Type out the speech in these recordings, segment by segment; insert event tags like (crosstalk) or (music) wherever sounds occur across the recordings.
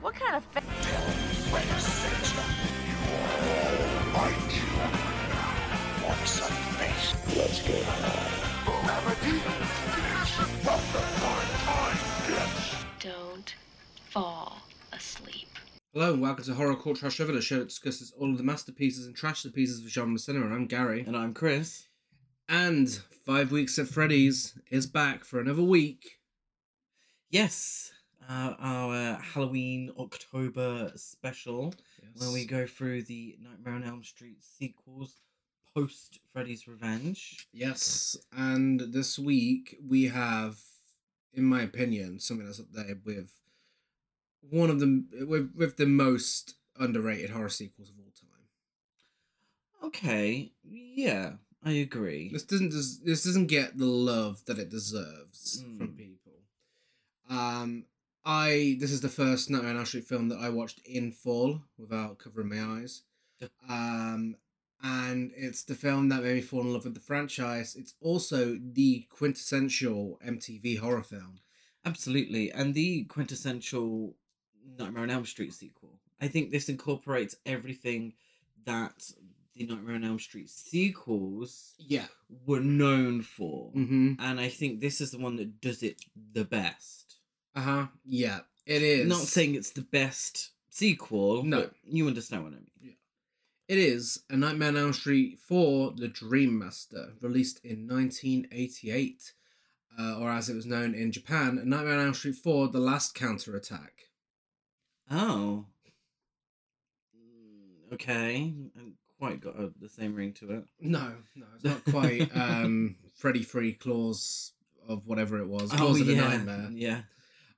What kind of fa- Don't fall asleep. Hello and welcome to Horror Court Trash River, the show that discusses all of the masterpieces and trash the pieces of genre cinema. I'm Gary. And I'm Chris. And Five Weeks at Freddy's is back for another week. Yes, uh, our Halloween October special, where we go through the Nightmare on Elm Street sequels post Freddy's Revenge. Yes, and this week we have, in my opinion, something that's up there with one of the with, with the most underrated horror sequels of all time. Okay, yeah, I agree. This doesn't des- this doesn't get the love that it deserves from Mm. people. Um, I this is the first Nightmare on Elm Street film that I watched in full without covering my eyes. Yeah. Um, and it's the film that made me fall in love with the franchise. It's also the quintessential MTV horror film. Absolutely, and the quintessential Nightmare on Elm Street sequel. I think this incorporates everything that the Nightmare on Elm Street sequels Yeah. were known for. Mm-hmm. And I think this is the one that does it the best. Uh huh. Yeah. It is. Not saying it's the best sequel. No. but you understand what I mean. It is A Nightmare on Elm Street for The Dream Master, released in 1988, uh, or as it was known in Japan, A Nightmare on Elm Street 4 The Last Counterattack. Oh. Mm, Okay, I haven't quite got a, the same ring to it. No, no, it's not (laughs) quite um, Freddy Free Claws of whatever it was. Claws of the Nightmare. Oh, yeah.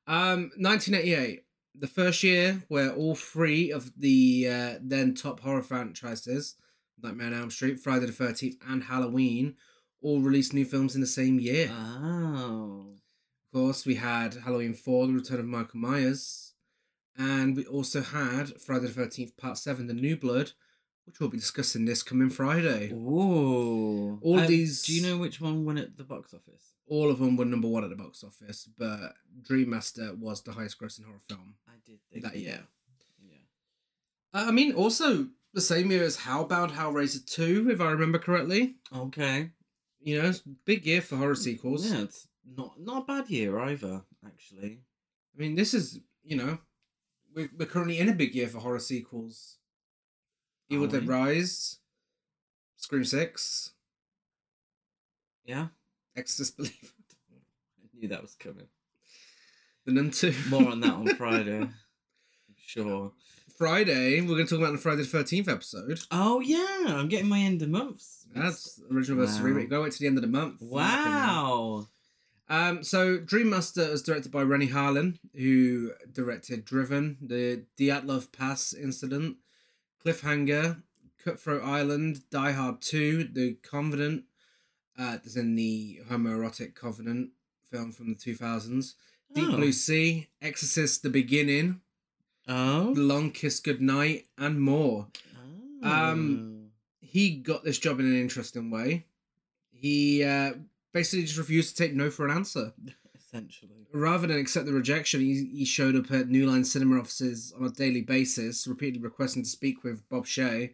Um, 1988, the first year where all three of the uh, then top horror franchises, Nightmare on Elm Street, Friday the 13th, and Halloween, all released new films in the same year. Oh, Of course, we had Halloween 4, The Return of Michael Myers. And we also had Friday the 13th, Part 7, The New Blood, which we'll be discussing this coming Friday. Ooh. All these- Do you know which one won at the box office? All of them were number one at the box office, but Dream Master was the highest grossing horror film. I did think That so. year. Yeah. Uh, I mean, also the same year as Hellbound, Hellraiser 2, if I remember correctly. Okay. You know, it's a big year for horror sequels. Mm, Yeah, it's not not a bad year either, actually. I mean, this is, you know, we're, we're currently in a big year for horror sequels. Evil Are Dead we? Rise, Scream 6, Yeah. Exorcist (laughs) Believer. I knew that was (laughs) coming. The Nun 2. More on that on Friday. I'm sure. (laughs) Friday, we're going to talk about the Friday the 13th episode. Oh yeah, I'm getting my end of months. That's original versus Wow. remake. Go wait to the end of the month. for that thing, man. Wow. Um, so, Dream Master is directed by Rennie Harlan, who directed Driven, the Dyatlov Pass incident, Cliffhanger, Cutthroat Island, Die Hard 2, The Covenant, uh, that's in the homoerotic Covenant film from the 2000s, Deep oh. Blue Sea, Exorcist The Beginning, Oh. The Long Kiss Goodnight, and more. oh. Um, Oh, he got this job in an interesting way. He uh, basically just refused to take no for an answer. essentially. Rather than accept the rejection, he, he showed up at New Line cinema offices on a daily basis, repeatedly requesting to speak with Bob Shea.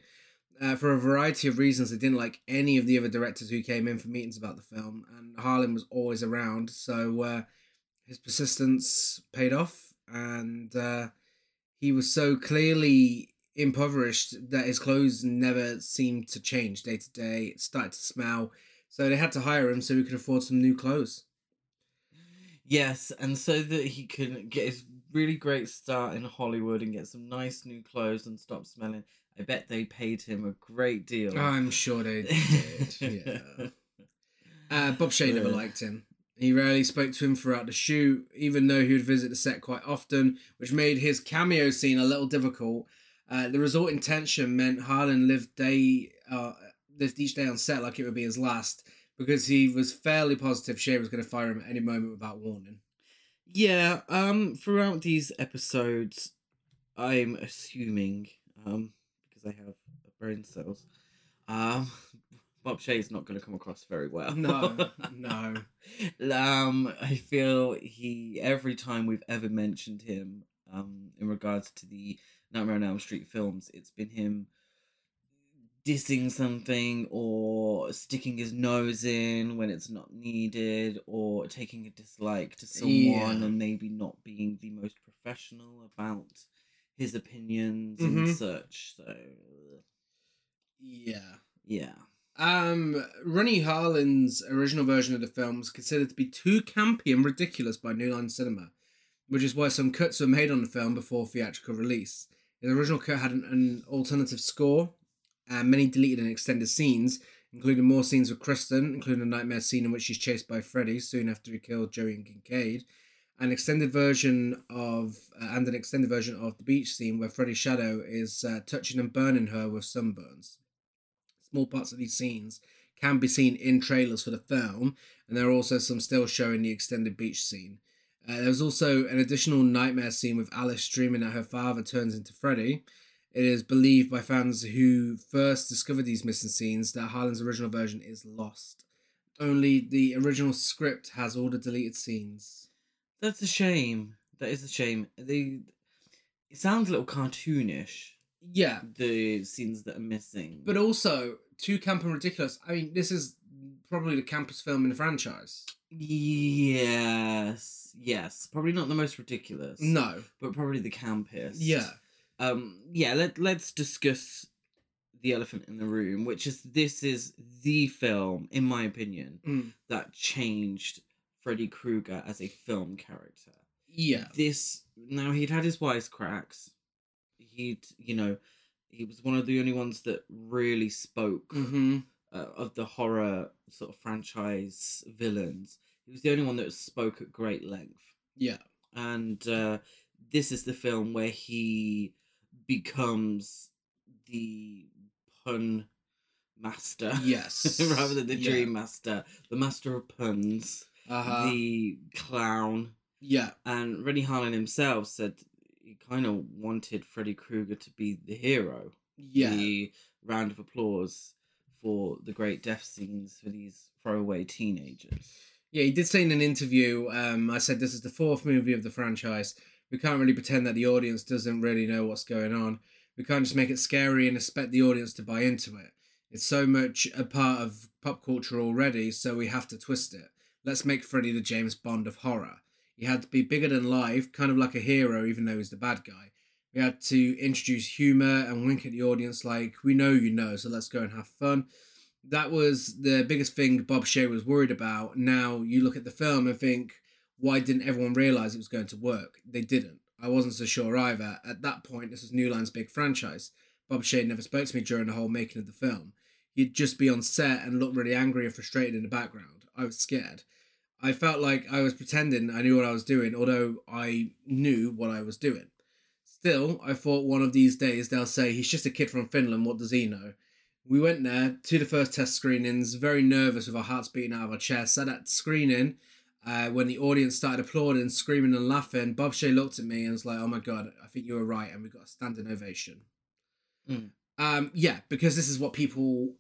Uh, for a variety of reasons, they didn't like any of the other directors who came in for meetings about the film, and Harlan was always around, so uh, his persistence paid off, and uh, he was so clearly impoverished that his clothes never seemed to change day to day, it started to smell, so they had to hire him so he could afford some new clothes. Yes, and so that he can get his really great start in Hollywood and get some nice new clothes and stop smelling. I bet they paid him a great deal. I'm (laughs) sure they did. yeah. Uh, Bob Shea never Uh, liked him. He rarely spoke to him throughout the shoot, even though he would visit the set quite often, which made his cameo scene a little difficult. Uh, the resulting tension meant Harlan lived day uh, lived each day on set like it would be his last, because he was fairly positive Shea was going to fire him at any moment without warning. Yeah, um throughout these episodes I'm assuming um because I have brain cells um (laughs) Bob Shea's not going to come across very well. No, no. um I feel he every time we've ever mentioned him um in regards to the Nightmare on Elm Street films. It's been him dissing something or sticking his nose in when it's not needed or taking a dislike to someone Yeah. and maybe not being the most professional about his opinions Mhm. and such. So, Yeah. yeah. Um, Ronnie Harlan's original version of the film was considered to be too campy and ridiculous by New Line Cinema, which is why some cuts were made on the film before theatrical release. The original cut had an, an alternative score and many deleted and extended scenes, including more scenes with Kristen, including a nightmare scene in which she's chased by Freddy soon after he killed Joey and Kincaid, an extended version of uh, and an extended version of the beach scene where Freddy's shadow is uh, touching and burning her with sunburns small parts of these scenes can be seen in trailers for the film, and there are also some still showing the extended beach scene. Uh, there was also an additional nightmare scene with Alice dreaming that her father turns into Freddy. It is believed by fans who first discovered these missing scenes that Harlan's original version is lost. Only the original script has all the deleted scenes. That's a shame. That is a shame. They, it sounds a little cartoonish. Yeah, The scenes that are missing, but also too camp and ridiculous. I mean, this is probably the campus film in the franchise. yes, yes, probably not the most ridiculous. No. but probably the campus. Yeah. Um. Yeah. Let Let's discuss the elephant in the room, which is this is the film, in my opinion, Mm. that changed Freddy Krueger as a film character. Yeah. This now he'd had his wisecracks. He'd you know he was one of the only ones that really spoke Mm-hmm. (laughs) uh, of the horror sort of franchise villains. He was the only one that spoke at great length. Yeah. And uh, this is the film where he becomes the pun master. Yes. (laughs) rather than the Yeah. dream master, the master of puns, Uh-huh. the clown. Yeah. And Rennie Harlan himself said he kind of wanted Freddy Krueger to be the hero Yeah. the round of applause for the great death scenes for these throwaway teenagers. Yeah, he did say in an interview, um, I said this is the fourth movie of the franchise. We can't really pretend that the audience doesn't really know what's going on. We can't just make it scary and expect the audience to buy into it. It's so much a part of pop culture already, so we have to twist it. Let's make Freddy the James Bond of horror. He had to be bigger than life, kind of like a hero, even though he's the bad guy. We had to introduce humor and wink at the audience, like, we know you know, so let's go and have fun that was the biggest thing Bob Shea was worried about. Now you look at the film and think, why didn't everyone realize it was going to work? They didn't. I wasn't so sure either. At that point, this was New Line's big franchise. Bob Shea never spoke to me during the whole making of the film. He'd just be on set and look really angry and frustrated in the background. I was scared. I felt like I was pretending I knew what I was doing, although I knew what I was doing. Still, I thought one of these days they'll say, he's just a kid from Finland, what does he know? we went there to the first test screenings, very nervous with our hearts beating out of our chests. At that screening, uh, when the audience started applauding, screaming, and laughing, Bob Shea looked at me and was like, "Oh my god, I think you were right," and we got a standing ovation. Mm. Um, yeah, because this is what people.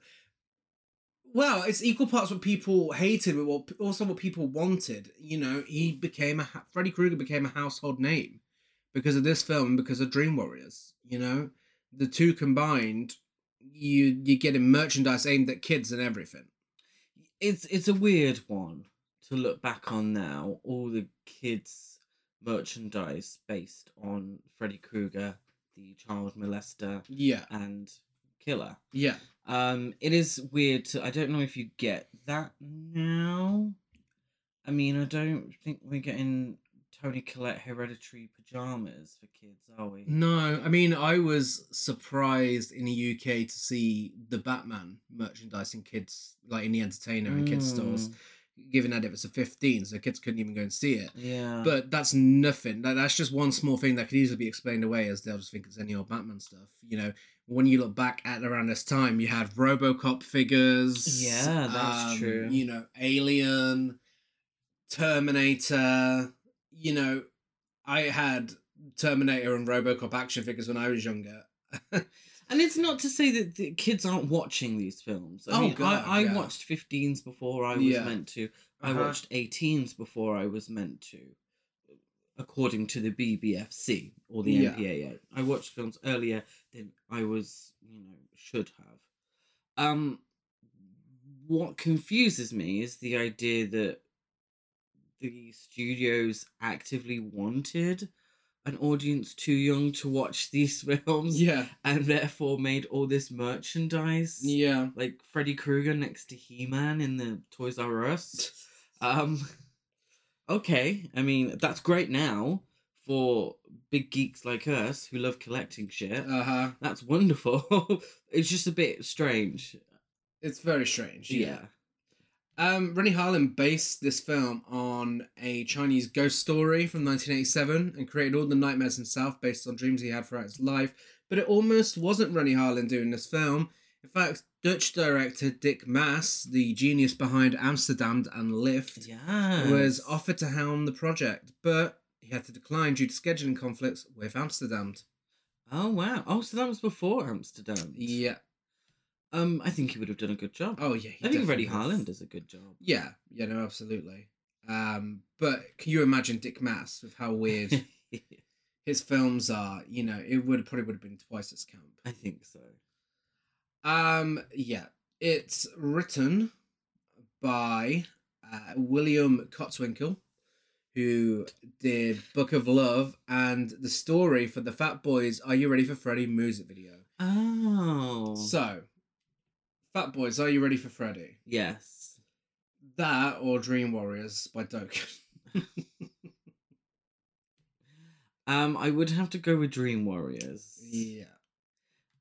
Well, it's equal parts what people hated, but what also what people wanted. You know, he became a ha- Freddy Krueger became a household name because of this film, and because of Dream Warriors. You know, the two combined you you're getting merchandise aimed at kids and everything. It's it's a weird one to look back on now. All the kids merchandise based on Freddy Krueger, the child molester Yeah, and killer. yeah, Um, it is weird to. I don't know if you get that now. I mean, I don't think we're getting Tony Collette hereditary pajamas for kids, are we? No, I mean, I was surprised in the UK to see the Batman merchandising kids, like in the entertainer and kids stores, Mm, given that it was a 15, so kids couldn't even go and see it. Yeah. But that's nothing. That, that's just one small thing that could easily be explained away as they'll just think it's any old Batman stuff. You know, when you look back at around this time, you had Robocop figures. um, Yeah, that's true. You know, Alien, Terminator. You know, I had Terminator and Robocop action figures when I was younger. (laughs) and it's not to say that the kids aren't watching these films. I Oh, mean, God, I, I yeah. watched 15s before I was Yeah. meant to. I Uh-huh. watched 18s before I was meant to. according to the BBFC or the Yeah. MPAA. I watched films earlier than I was, you know, should have. Um, what confuses me is the idea that the studios actively wanted an audience too young to watch these (laughs) films Yeah. and therefore made all this merchandise Yeah. like Freddy Krueger next to He Man in the Toys R Us. Um, okay, I mean that's great now for big geeks like us who love collecting shit. Uh huh. that's wonderful. (laughs) it's just a bit strange. It's very strange. Yeah. Um, Rennie Harlan based this film on a Chinese ghost story from 1987 and created all the nightmares himself based on dreams he had throughout his life. But it almost wasn't Rennie Harlan doing this film. In fact, Dutch director Dick Maas, the genius behind Amsterdam and Lift, Yeah. was offered to helm the project, but he had to decline due to scheduling conflicts with Amsterdam. Oh wow. Oh, so that was before Amsterdam. Yeah. Um, I think he would have done a good job. Oh yeah. he I think definitely Reddy has. Harlan does a good job. Yeah. Yeah. No. Absolutely. Um, but can you imagine Dick Mass with (laughs) how weird his films are? You know, it would probably would have been twice as camp. I think so. Um. Yeah. It's written by uh, William Cotswinkle, who did Book of Love and the story for the Fat Boys. Are you ready for Freddy? Music video. Oh. So, Fat Boys, are you ready for Freddy? yes. That or Dream Warriors by Doke. (laughs) Um, I would have to go with Dream Warriors. yeah.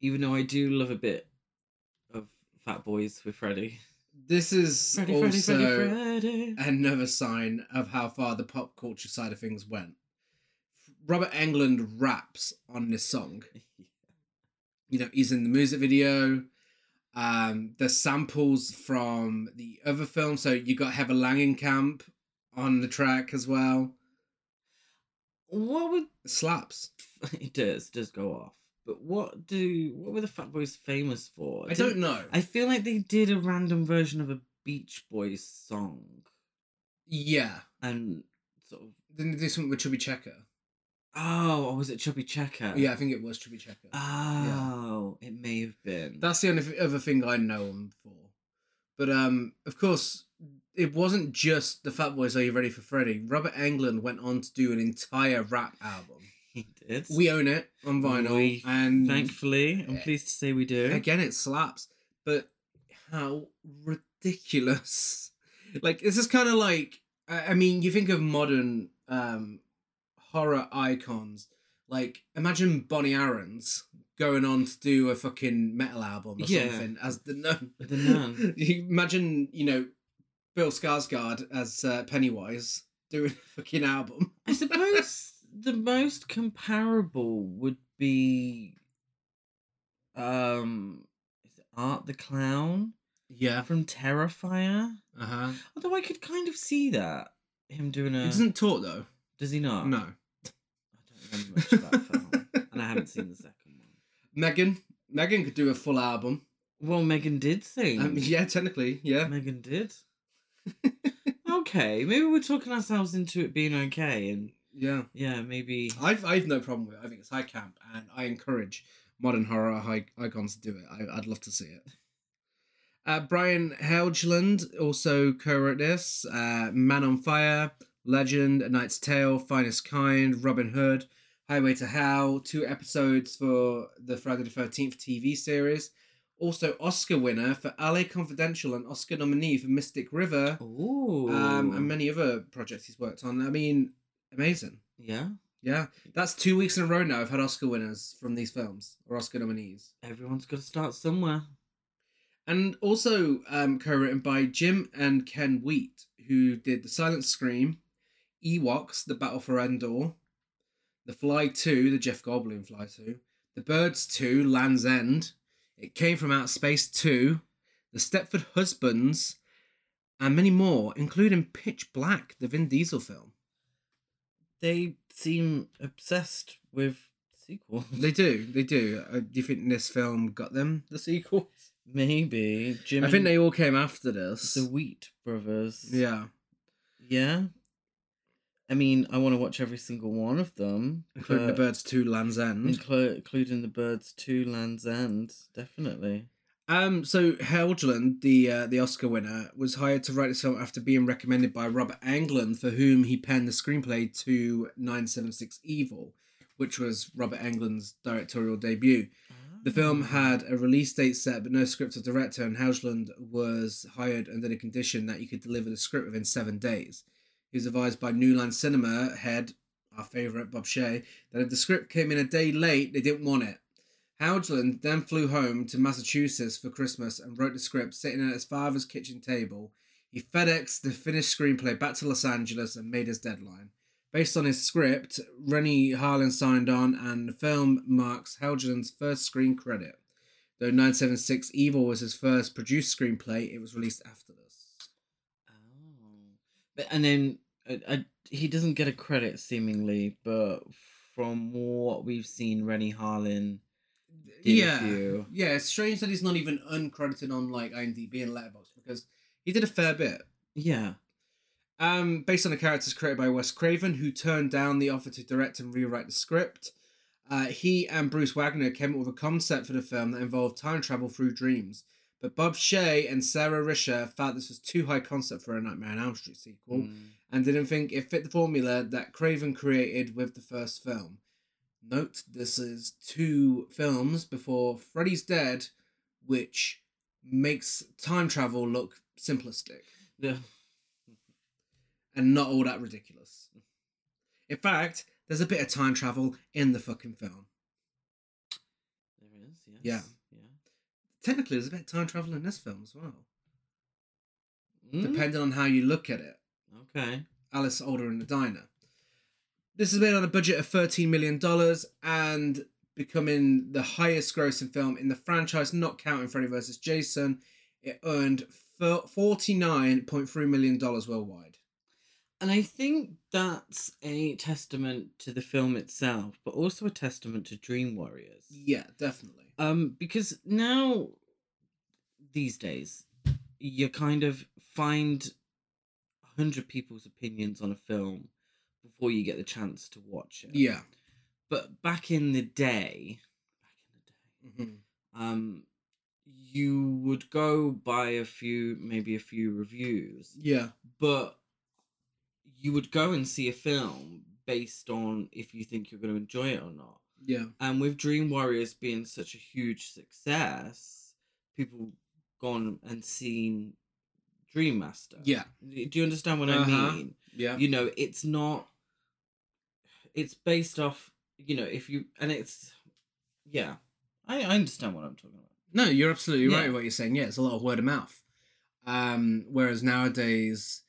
Even though I do love a bit of Fat Boys with Freddy. This is Freddy, (laughs) Freddy, also Freddy, Freddy. another sign of how far the pop culture side of things went. Robert Englund raps on this song. You know, he's in the music video. Um, the samples from the other film. So you got Heather Langenkamp on the track as well. (laughs) What would (laughs) Slaps. it does does go off? But what do what were the Fat Boys famous for? I Didn't- don't know. I feel like they did a random version of a Beach Boys song yeah. and sort of Didn't they do something with Chubby Checker? oh, or was it Chubby Checker? Yeah, I think it was Chubby Checker. Oh, it may have been. That's the only th- other thing I know him for. But um, of course, it wasn't just the Fat Boys. Are you ready for Freddy? Robert Englund went on to do an entire rap album. (laughs) he did. We own it on vinyl, We- and thankfully, I'm pleased to say we do. again, it slaps. But how ridiculous! (laughs) Like this is kind of like I I mean, you think of modern um horror icons. Like imagine Bonnie Aaron's going on to do a fucking metal album or Yeah. something as the nun. The Nun. (laughs) You imagine you know Bill Skarsgård as uh, Pennywise doing a fucking album. I suppose the most comparable would be um is it Art the Clown Yeah. from Terrifier. Uh huh. Although I could kind of see that him doing He a doesn't talk though. does he not? No. Oh, I don't remember much of that film, (laughs) and I haven't seen the second one. Megan. Megan could do a full album. Well, Megan did sing. Um, (laughs) yeah, technically, yeah. Megan (laughs) did. okay, maybe we're talking ourselves into it being okay, and Yeah. yeah, maybe. I've I've no problem with it. I think it's high camp, and I encourage modern horror high, icons to do it. I, I'd love to see it. Uh, Brian Helgeland also co-wrote this. Uh, Man on Fire, Legend, A Knight's Tale, Finest Kind, Robin Hood, Highway to Hell. Two episodes for the Friday the Thirteenth TV series. Also, Oscar winner for LA Confidential and Oscar nominee for Mystic River, Ooh. um, and many other projects he's worked on. I mean, amazing. yeah, Yeah, that's two weeks in a row now. I've had Oscar winners from these films or Oscar nominees, everyone's got to start somewhere. and also um, co-written by Jim and Ken Wheat, who did The Silent Scream, Ewoks: The Battle for Endor, The Fly Two, the Jeff Goldblum Fly Two, The Birds Two, Land's End, It Came from Outer Space Two, The Stepford Husbands, and many more, including Pitch Black, the Vin Diesel film. They seem obsessed with sequels. They do, they do. Uh, do you think this film got them the sequel? (laughs) Maybe Jim. I think and they all came after this. the Wheat Brothers. Yeah. Yeah. I mean, I want to watch every single one of them, including but- the Birds Two, Land's End. Inclu- including the birds to Land's End, definitely. Um, so Helgeland, the uh, the Oscar winner, was hired to write this film after being recommended by Robert Englund, for whom he penned the screenplay to Nine Seven Six Evil, which was Robert Englund's directorial debut. The Ah. film had a release date set, but no script or director, and Hausland was hired under the condition that he could deliver the script within seven days. He was advised by New Line Cinema head, our favourite Bob Shea, that if the script came in a day late, they didn't want it. Hausland then flew home to Massachusetts for Christmas and wrote the script sitting at his father's kitchen table. He FedExed the finished screenplay back to Los Angeles and made his deadline. Based on his script, Rennie Harlan signed on, and the film marks Helgeland's first screen credit. Though 976 Evil was his first produced screenplay, it was released after this. Oh. But and then I, I, he doesn't get a credit seemingly, but from what we've seen, Rennie Harlan. Did yeah, you- yeah. It's strange that he's not even uncredited on like IMDb and Letterboxd because he did a fair bit. Yeah. Um, based on the characters created by Wes Craven, who turned down the offer to direct and rewrite the script. Uh, he and Bruce Wagner came up with a concept for the film that involved time travel through dreams. But Bob Shea and Sarah Risher felt this was too high concept for a Nightmare on Elm Street sequel Mm. and didn't think it fit the formula that Craven created with the first film. Note this is two films before Freddy's Dead, which makes time travel look simplistic Yeah. and not all that ridiculous. In fact, there's a bit of time travel in the fucking film. There it is. Yes. Yeah. Yeah. Technically, there's a bit of time travel in this film as well, Mm, depending on how you look at it. Okay. Alice Older in the Diner. This has been on a budget of $13 million and becoming the highest grossing film in the franchise, not counting Freddy vs. Jason. It earned fir- $49.3 million worldwide. And I think that's a testament to the film itself, but also a testament to Dream Warriors. Yeah, definitely. Um, because now, these days, you kind of find a hundred people's opinions on a film before you get the chance to watch it. Yeah. But back in the day, back in the day, Mhm. um, you would go by a few, maybe a few reviews, Yeah. but you would go and see a film based on if you think you're going to enjoy it or not Yeah. and with Dream Warriors being such a huge success, people gone and seen Dream Master. Yeah. Y- Do you understand what I Uh-huh. mean? Yeah. You know, it's not. It's based off. You know, if you and it's, yeah, I I understand what I'm talking about. No, you're absolutely right Yeah. with what you're saying. Yeah, it's a lot of word of mouth. Um, whereas nowadays,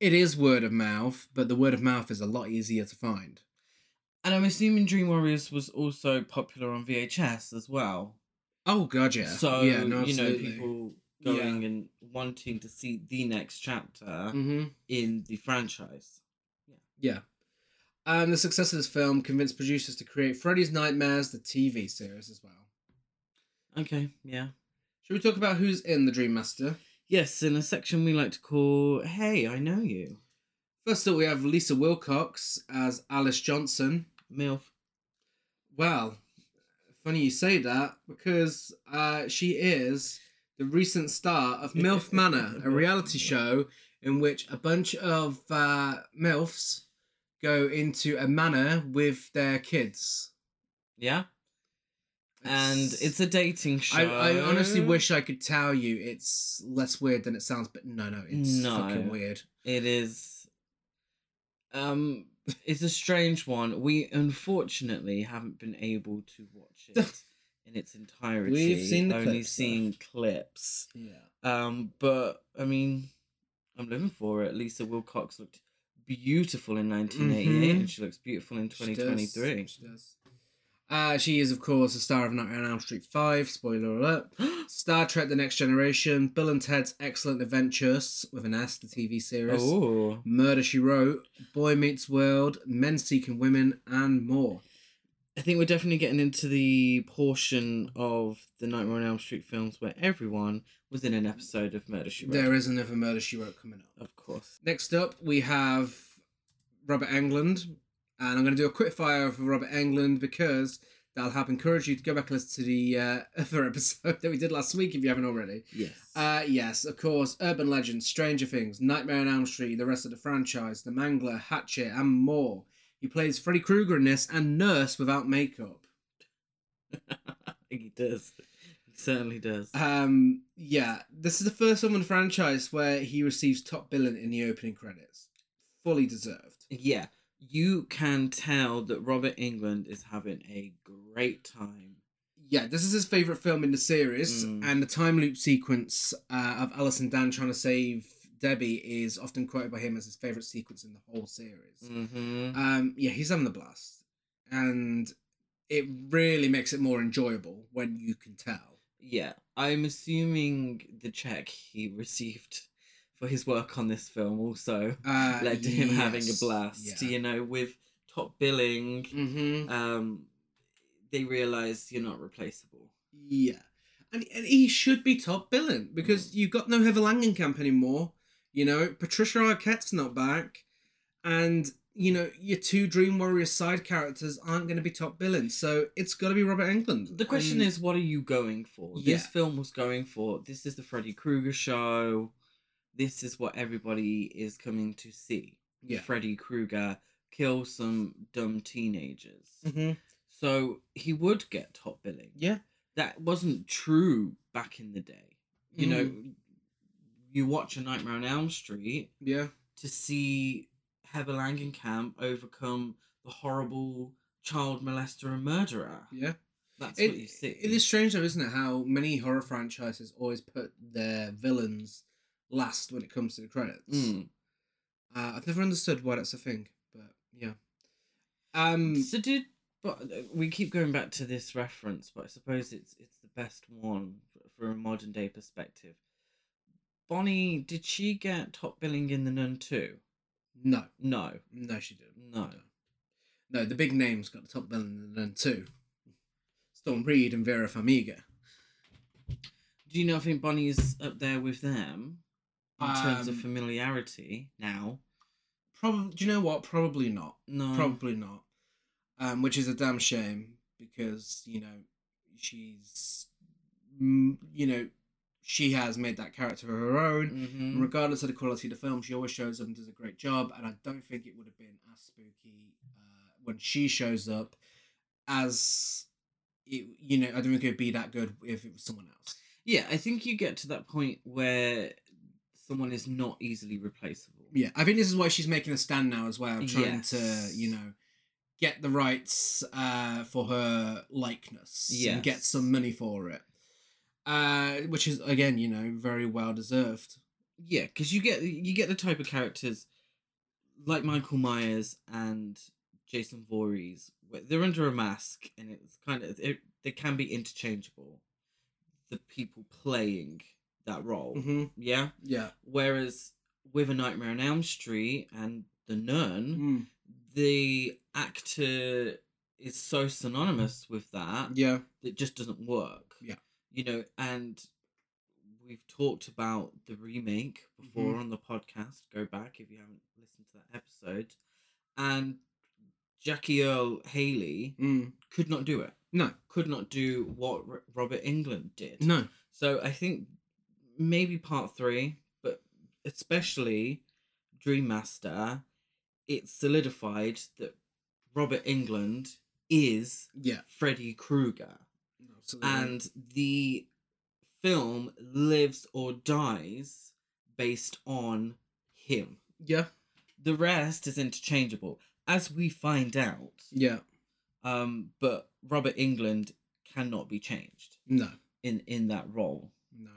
it is word of mouth, but the word of mouth is a lot easier to find. And I'm assuming Dream Warriors was also popular on VHS as well. Oh god, yeah. So yeah, no, you know, absolutely. people Yeah. going and wanting to see the next chapter hmm in the franchise. Yeah. Um, the success of this film convinced producers to create Freddy's Nightmares, the TV series as well. Okay, yeah. Should we talk about who's in the Dream Master? Yes, in a section we like to call Hey, I Know You. First up, we have Lisa Wilcox as Alice Johnson. MILF. Well, funny you say that because uh, she is the recent star (laughs) of MILF Manor, a reality show in which a bunch of uh, MILFs go into a manor with their kids. Yeah? And it's a dating show. I, I honestly wish I could tell you it's less weird than it sounds, but no, no, it's No. fucking weird. It is. Um, it's a strange one. We unfortunately haven't been able to watch (laughs) it in its entirety. We've seen the only clips, though. seen clips. Yeah. Um, but I mean, I'm living for it. Lisa Wilcox looked beautiful in 1988, Mhm. and Mm-hmm. she looks beautiful in 2023. She does. Uh, she is, of course, a star of Nightmare on Elm Street 5, spoiler alert. (gasps) Star Trek The Next Generation, Bill and Ted's Excellent Adventures, with an S, the TV series. oh, Murder She Wrote, Boy Meets World, Men Seeking Women, and more. I think we're definitely getting into the portion of the Nightmare on Elm Street films where everyone was in an episode of Murder She Wrote. There is another Murder She Wrote coming up. Of course. Next up, we have Robert Englund, and I'm going to do a quick fire for Robert Englund because that'll help encourage you to go back and listen to the uh, (laughs) other episode that we did last week if you haven't already. Yes. Uh, yes, of course, Urban Legends, Stranger Things, Nightmare on Elm Street, the rest of the franchise, The Mangler, Hatchet, and more. He plays Freddy Krueger in this and Nurse without makeup. he does. He certainly does. Um, yeah, this is the first film in the franchise where he receives top billing in the opening credits. Fully deserved. yeah, you can tell that Robert England is having a great time. Yeah, this is his favorite film in the series, Mm. and the time loop sequence uh, of Alice and Dan trying to save Debbie is often quoted by him as his favorite sequence in the whole series. Mm-hmm. Um, yeah, he's having a blast, and it really makes it more enjoyable when you can tell. Yeah, I'm assuming the check he received for his work on this film also Uh, led to him having a yes, blast. yeah. You know, with top billing, Mhm. um, they realize you're not replaceable. Yeah. And, and he should be top billing because Mm. you've got no Heather Langenkamp anymore. You know, Patricia Arquette's not back. And, you know, your two Dream Warrior side characters aren't going to be top billing. So it's got to be Robert Englund. The question And- is, what are you going for? This Yeah. film was going for. This is the Freddy Krueger show. This is what everybody is coming to see. Yeah. Freddy Krueger kill some dumb teenagers. Mhm. So he would get top billing. Yeah. That wasn't true back in the day. You know, Mm. you watch A Nightmare on Elm Street Yeah. to see Heather Langenkamp overcome the horrible child molester and murderer. Yeah. That's It- what you see. it is strange, though, isn't it? How many horror franchises always put their villains last when it comes to the credits. Mm. Uh, I've never understood why that's a thing, but yeah. Um, So did but uh, we keep going back to this reference, but I suppose it's it's the best one f- for a modern day perspective. Bonnie, did she get top billing in the Nun too? no. No. No, she didn't. No. No, the big names got the top villain in the Nun too. Storm Reed and Vera Farmiga. Do you know? I think Bonnie is up there with them in terms of Um, familiarity now. Probably, do you know what? Probably not. No. Probably not. Um, which is a damn shame because you know she's, mm, you know, she has made that character her own. Mhm. Regardless of the quality of the film, she always shows up and does a great job. And I don't think it would have been as spooky uh, when she shows up as it. You know, I don't think it would be that good if it was someone else. Yeah, I think you get to that point where someone is not easily replaceable. Yeah, I think this is why she's making a stand now as well, trying to Yes. you know get the rights uh, for her likeness and get Yes. some money for it, uh, which is again you know very well deserved. Yeah, because you get you get the type of characters like Michael Myers and Jason Voorhees. Where they're under a mask, and it's kind of it, they can be interchangeable. The people playing that role, Mm-hmm. yeah. Yeah, Whereas with a Nightmare on Elm Street and The Nun, Mm. the actor is so synonymous with that yeah, that just doesn't work. Yeah. You know, and we've talked about the remake Mm-hmm. before on the podcast. Go back if you haven't listened to that episode. And Jackie Earl Haley mm. could not do it. No. Could not do what R- Robert England did. no, So I think maybe part three, but especially Dream Master, it solidified that Robert England is yeah, Freddy Krueger absolutely. and the film lives or dies based on him. yeah, The rest is interchangeable, as we find out. yeah, Um, but Robert England cannot be changed no, in in that role. no.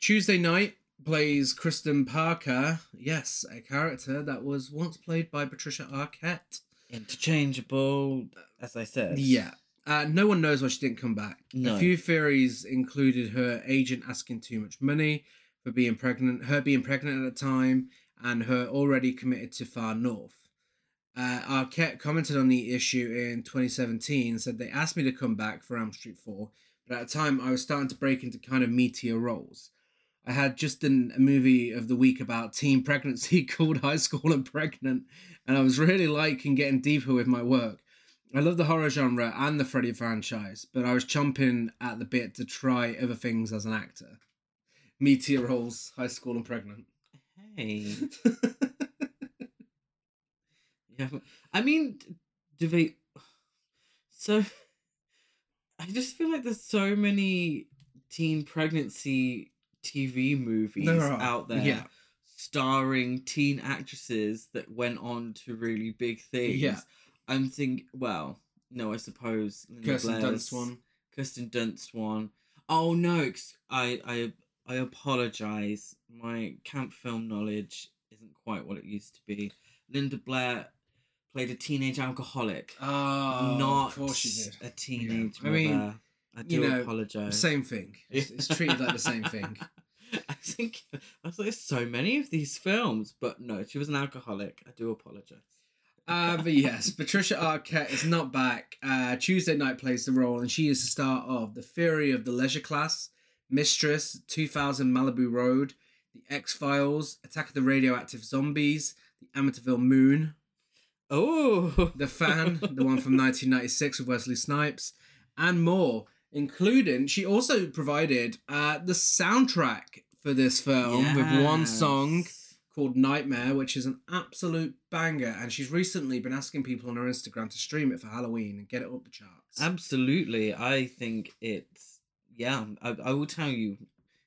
Tuesday night plays Kristen Parker. Yes, a character that was once played by Patricia Arquette. Interchangeable, as I said. Yeah. Uh, no one knows why she didn't come back. No. A few theories included her agent asking too much money for being pregnant, her being pregnant at the time, and her already committed to Far North. Uh, Arquette commented on the issue in 2017 and said, They asked me to come back for Elm Street 4, but at the time I was starting to break into kind of meteor roles. I (laughs) had just done a movie of the week about teen pregnancy called High School and Pregnant, and I was really liking getting deeper with my work. I love the horror genre and the Freddy franchise, but I was chomping at the bit to try other things as an actor. Meteor rolls, high school, (laughs) and pregnant. Hey. Yeah, but- I mean, d- do they? (sighs) So, I just feel like there's so many teen pregnancy TV movies are, out there, yeah. starring teen actresses that went on to really big things. Yeah. I'm think. Well, no, I suppose Linda Kirsten Blair's- Dunst one. Kirsten Dunst one. Oh no, ex- I I I apologize. My camp film knowledge isn't quite what it used to be. Linda Blair played a teenage alcoholic, Oh, not of course you did. a teenage I mother. mean, I you do know, apologize. (laughs) Same thing. It's, it's treated like the same thing. I think I was like, there's so many of these films, but no, she was an alcoholic. I do apologize. Uh, but yes, Patricia Arquette is not back. Uh, Tuesday night plays the role, and she is the star of The Fury of the Leisure Class, Mistress, 2000 Malibu Road, The X Files, Attack of the Radioactive Zombies, The Amityville Moon, Oh, The Fan, the one from 1996 with Wesley Snipes, and more, including she also provided uh, the soundtrack for this film with one song Yes. called Nightmare, which is an absolute banger. And she's recently been asking people on her Instagram to stream it for Halloween and get it up the charts. Absolutely. I think it's yeah, um, I, I will tell you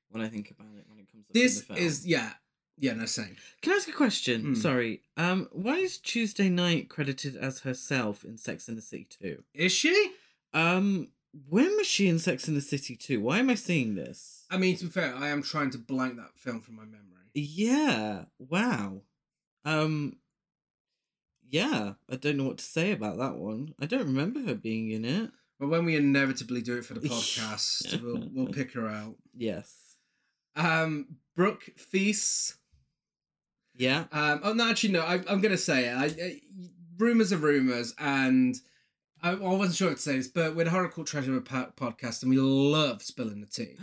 when I think about it when it comes to this is yeah, yeah, no same. Can I ask a question? Hmm. Sorry. Um why is Tuesday night credited as herself in Sex and the City 2? Is she? Um when was she in Sex and the City 2? Why am I seeing this? I mean, to be fair, I am trying to blank that film from my memory. Yeah. Wow. Um yeah, I don't know what to say about that one. I don't remember her being in it. But when we inevitably do it for the podcast, we'll we'll pick her out. Yes. Um, Brooke Feast. (gasps) Yeah. Um, oh no, actually no. I, I'm gonna say it. I, I, rumors are rumors, and I, I wasn't sure what to say this, but we're the Horror Cult Treasure po- podcast, and we love spilling the tea.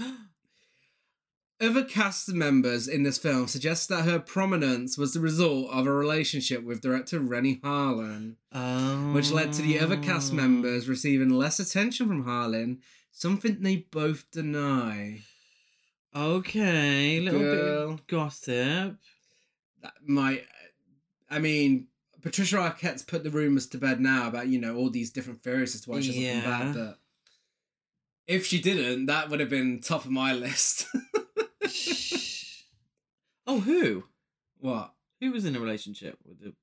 Other cast members in this film suggest that her prominence was the result of a relationship with director Rennie Harlan, Um, which led to the other Mm. cast members receiving less attention from Harlan, something they both deny. Okay, little bit Girl. of gossip. that might I mean Patricia Arquette's put the rumors to bed now about you know all these different theories as to why she hasn't come Yeah. back. But if she didn't, that would have been top of my (laughs) list. (laughs) oh, who? what Who was in a relationship with the?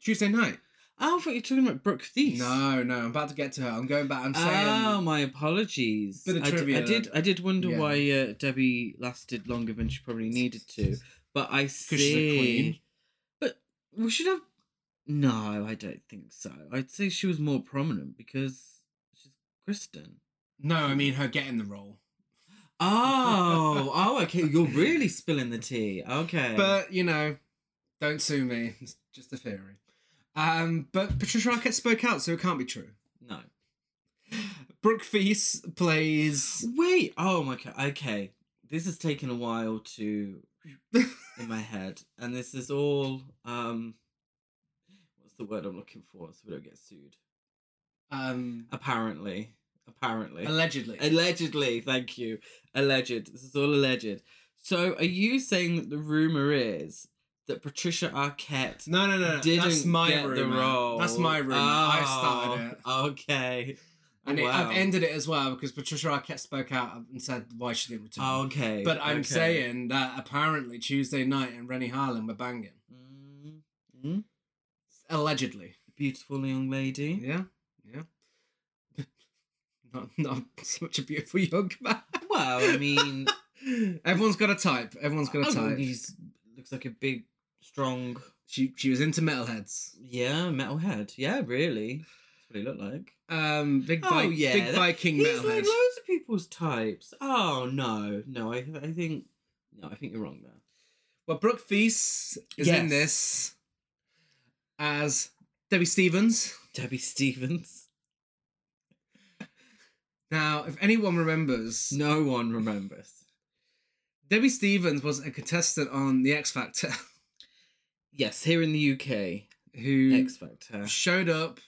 Tuesday night? Oh, I thought you were talking about Brooke Thies. No, no, I'm about to get to her. I'm going back. I'm saying Oh, my apologies. Bit of I d- trivia I did. I did wonder Yeah. why uh, Debbie lasted longer than she probably needed to, but I see. she's a queen. But we should have. No, I don't think so. I'd say she was more prominent because she's (laughs) Kristen. no. I mean her getting the role. Oh, oh, okay. You're really spilling the tea. Okay. But you know, don't sue me. (laughs) It's just a theory. Um, but Patricia Arquette spoke out, so it can't be true. no. Brooke Feast plays. Wait. Oh my god. Okay. This has taken a while to in (laughs) my head, and this is all. Um, what's the word I'm looking for so we don't get sued? Um, Apparently. Apparently. allegedly. Allegedly. Thank you. Alleged. This is all alleged. So, are you saying that the rumor is that Patricia Arquette? No, no, no. no. Didn't That's my get rumor. the role. That's my rumor. I started it, Oh, Okay. and it, Wow. I've ended it as well because Patricia Arquette spoke out and said why she didn't return. Okay. but I'm Oh, okay. saying that apparently Tuesday night and Rennie Harlan were banging Mm, allegedly. beautiful young lady. Yeah, yeah. (laughs) not not such a beautiful young man. Well, I (laughs) mean, Everyone's got a type. Everyone's got a oh, type. he's looks like a big, strong, She she was into metalheads. yeah, metalhead. Yeah, really. That's what he looked like. Um, big Oh, Vi- yeah, big that- Viking He's like metalhead. loads of people's types. Oh no, no, I, I think, no, I think you're wrong there. Well, Brooke Feast is in Yes. this as Debbie Stevens. Debbie (laughs) Stevens. Now, if anyone remembers, No one remembers. Debbie Stevens was a contestant on The X Factor. Yes, here in the UK, (laughs) who X Factor. showed up,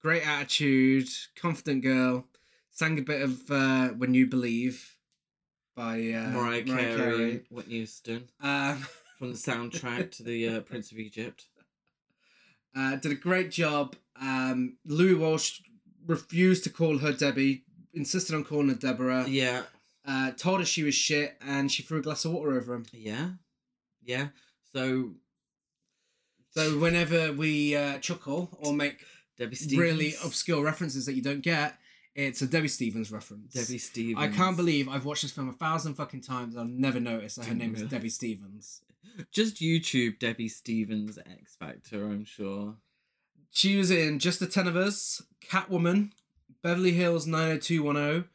great attitude, confident girl, sang a bit of uh, "When You Believe" by uh, Mariah Carey, Whitney Houston, Um, from the soundtrack to the uh, Prince of (laughs) Egypt. uh, did a great job. Um, Louis Walsh refused to call her Debbie, insisted on calling her Deborah. Yeah, Uh, told her she was shit, and she threw a glass of water over him. yeah, yeah. So So whenever we uh, chuckle or make Debbie Stevens, really obscure references that you don't get, it's a Debbie Stevens reference. Debbie Stevens. I can't believe I've watched this film a thousand fucking times. and I've never noticed that her name is Really? Debbie Stevens. Just YouTube Debbie Stevens X Factor. I'm sure. She was in Just the Ten of Us, Catwoman, Beverly Hills 90210,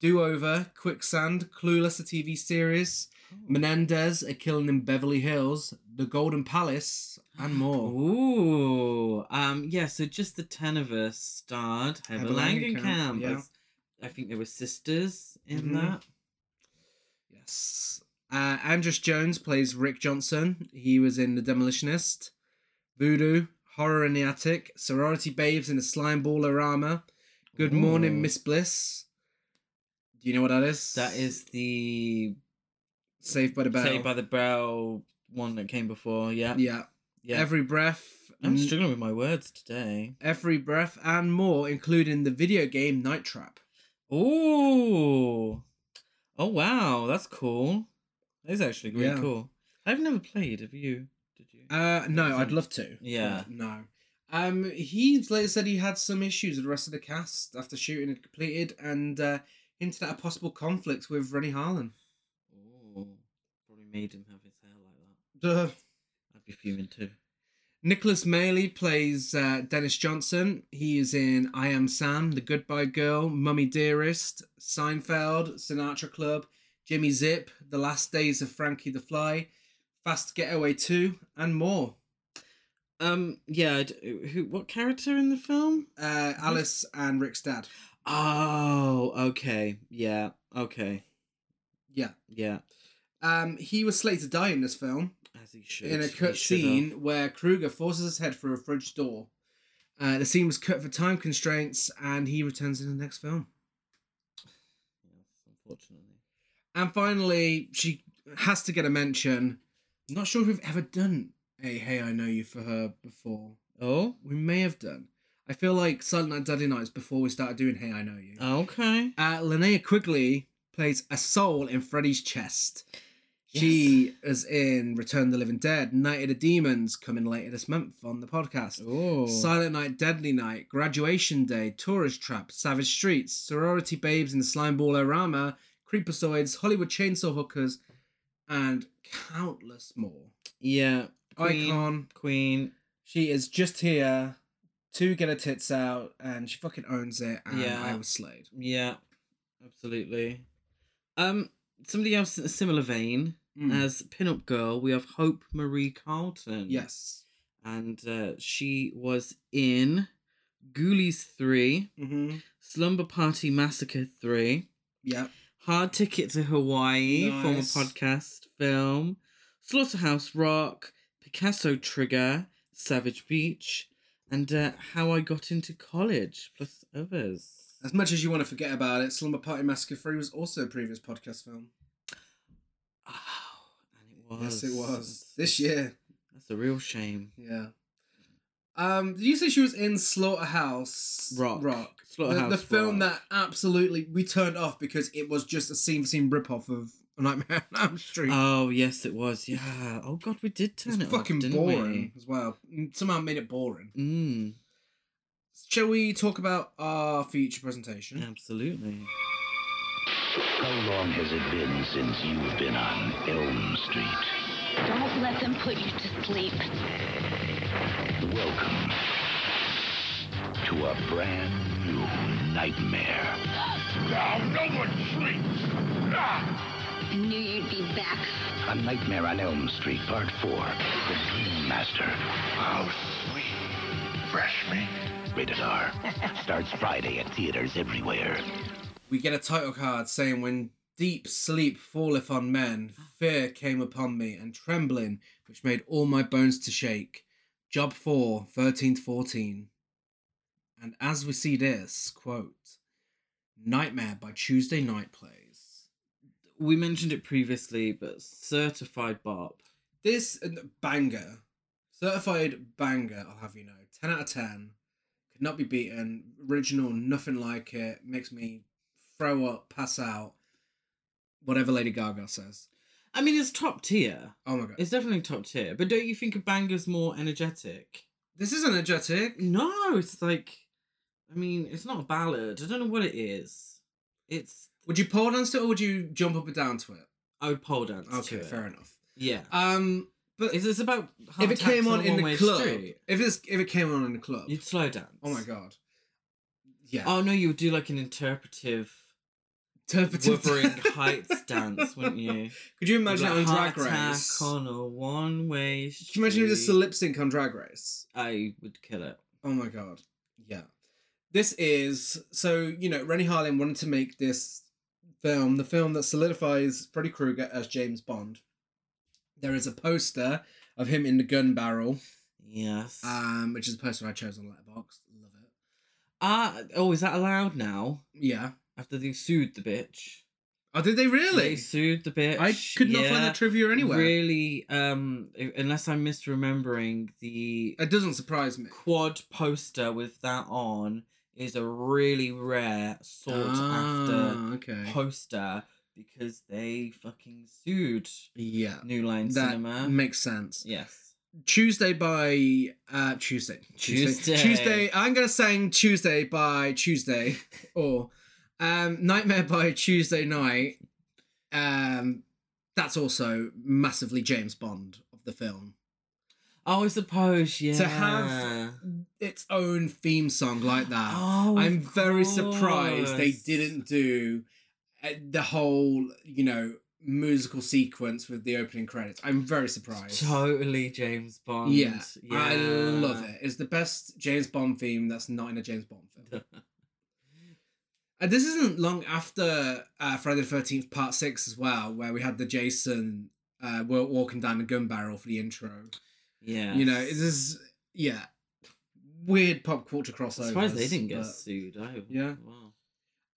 Do Over, Quicksand, Clueless, a TV series, Menendez, A Killing in Beverly Hills, The Golden Palace, and more. Ooh. Um. Yeah. So just the ten of us starred Heather Heather Langenkamp. Langenkamp, yeah. as- I think they were sisters in Mhm. that. Yes. Uh, Andrus Jones plays Rick Johnson. He was in The Demolitionist, Voodoo, Horror in the Attic, Sorority Babes in the Slime Ballerama, Good Ooh. Morning Miss Bliss. Do you know what that is? That is the Saved by the Bell. Saved by the Bell one that came before. Yeah. Yeah. Yeah. Every breath. I'm n- struggling with my words today. every breath and more, including the video game Night Trap. Ooh. Oh wow, that's cool. That is actually really Yeah. cool. I've never played, have you? Did you? Uh, no, I'd Isn't- love to. Yeah. but No. Um, he later said he had some issues with the rest of the cast after shooting had completed and uh, hinted at a possible conflict with Rennie Harlan. Ooh. Probably made him have his hair like that. Duh. I'd be fuming too. Nicholas Maley plays uh, Dennis Johnson. He is in I Am Sam, The Goodbye Girl, Mummy Dearest, Seinfeld, Sinatra Club, Jimmy Zip, The Last Days of Frankie the Fly, Fast Getaway 2, and more. Um, yeah, d- who what character in the film? Uh, Alice and Rick's dad. Oh, okay. Yeah, okay. Yeah. Yeah. Um, he was slated to die in this film As he should. in a he cut should scene have. where Kruger forces his head through a fridge door. Uh, the scene was cut for time constraints, and he returns in the next film. Yes, unfortunately. And finally, she has to get a mention. Not sure if we've ever done a Hey I Know You for her before. Oh? We may have done. I feel like Silent Night Deadly Nights before we started doing Hey I Know You. Okay. Uh, Linnea Quigley plays a soul in Freddy's chest. She is in Return of the Living Dead, Night of the Demons, coming later this month on the podcast. Oh. Silent Night, Deadly Night, Graduation Day, Tourist Trap, Savage Streets, Sorority Babes in the Slime Ballorama, Creepasoids, Hollywood Chainsaw Hookers, and countless more. yeah. Queen. Icon. Queen. She is just here to get her tits out, and she fucking owns it. And Yeah. I was slayed. Yeah, absolutely. Um, somebody else in a similar vein Mm. as pinup girl, we have Hope Marie Carlton. yes. and uh, she was in Ghoulies Three, Mm-hmm. Slumber Party Massacre Three, Yeah. Hard Ticket to Hawaii, former Nice. podcast film, Slaughterhouse Rock, Picasso Trigger, Savage Beach, and uh, How I Got into College, plus others. As much as you want to forget about it, Slumber Party Massacre 3 was also a previous podcast film. Oh, and it was. Yes, it was. That's- This that's- year. That's a real shame. Yeah. Um, did you say she was in Slaughterhouse Rock. Rock. The- Slaughterhouse the, film Rock. that absolutely we turned off because it was just a scene for scene ripoff of A Nightmare on Elm Street. Oh yes, it was. Yeah. Oh god, we did turn it's it fucking off, didn't boring as well. Mm, Somehow made it boring. we? Mm, Shall we talk about our future presentation? absolutely. How long has it been since you've been on Elm Street? Don't let them put you to sleep. Welcome to a brand new nightmare. Now, no one sleeps. I knew you'd be back. A Nightmare on Elm Street, Part 4. The Dream Master. How sweet. Fresh meat. Rated (laughs) R. Starts Friday at theaters everywhere. We get a title card saying, When deep sleep falleth on men, fear came upon me, and trembling, which made all my bones to shake. Job 4, 13 to 14. And as we see this, quote, Nightmare by Tuesday Night Plays. We mentioned it previously, but certified barp. This uh, banger, certified banger, I'll have you know, 10 out of 10, could not be beaten. Original, nothing like it, makes me throw up, pass out, whatever Lady Gaga says. I mean, it's top tier. Oh my god. It's definitely top tier. But don't you think a banger's more energetic? this is energetic. No, it's like, I mean, it's not a ballad. I don't know what it is. It's Would you pole dance to it or would you jump up and down to it? I would pole dance. Okay, to it. fair enough. Yeah, Um, but it's, it's about if heart it attacks came on a in the one-way club, street. if it's if it came on in the club, you'd slow dance. oh my god, yeah, (laughs) Oh no, you would do like an interpretive interpretive. Wuthering Heights dance, wouldn't you? (laughs) Could you imagine that Like on heart Drag attack Race? Can on a one-way. you imagine if this is a street. lip sync on Drag Race? I would kill it. Oh my god, yeah. This is so you know Rennie Harlin wanted to make this film, the film that solidifies Freddy Krueger as James Bond. There is a poster of him in the gun barrel, Yes. Ah, um, which is a poster I chose on Letterboxd. Love it. oh, is that allowed now? Yeah. After they sued the bitch. Oh, did they really? They sued the bitch. I could not yeah. find that trivia anywhere. Really, um, unless I'm misremembering, the It doesn't surprise me. quad poster with that on is a really rare, sought Ah, okay. after poster because they fucking sued yeah. New Line that Cinema. makes sense. yes. Tuesday by uh Tuesday. Tuesday. Tuesday. I'm gonna sing Tuesday by Tuesday (laughs) or um Nightmare by Tuesday night. Um that's also massively James Bond of the film. Oh, I suppose, yeah. To have its own theme song like that. (gasps) Oh, of I'm very surprised they course. didn't do uh, the whole, you know, musical sequence with the opening credits. I'm very surprised. Totally James Bond. Yeah, I love (laughs) it. It's the best James Bond theme that's not in a James Bond film. and this isn't long after uh, Friday the 13th, part six, as well, where we had the Jason uh, wa- walking down the gun barrel for the intro. Yeah. You know, this is, yeah, weird pop culture crossover. I'm surprised they didn't get sued. I, Yeah. Wow.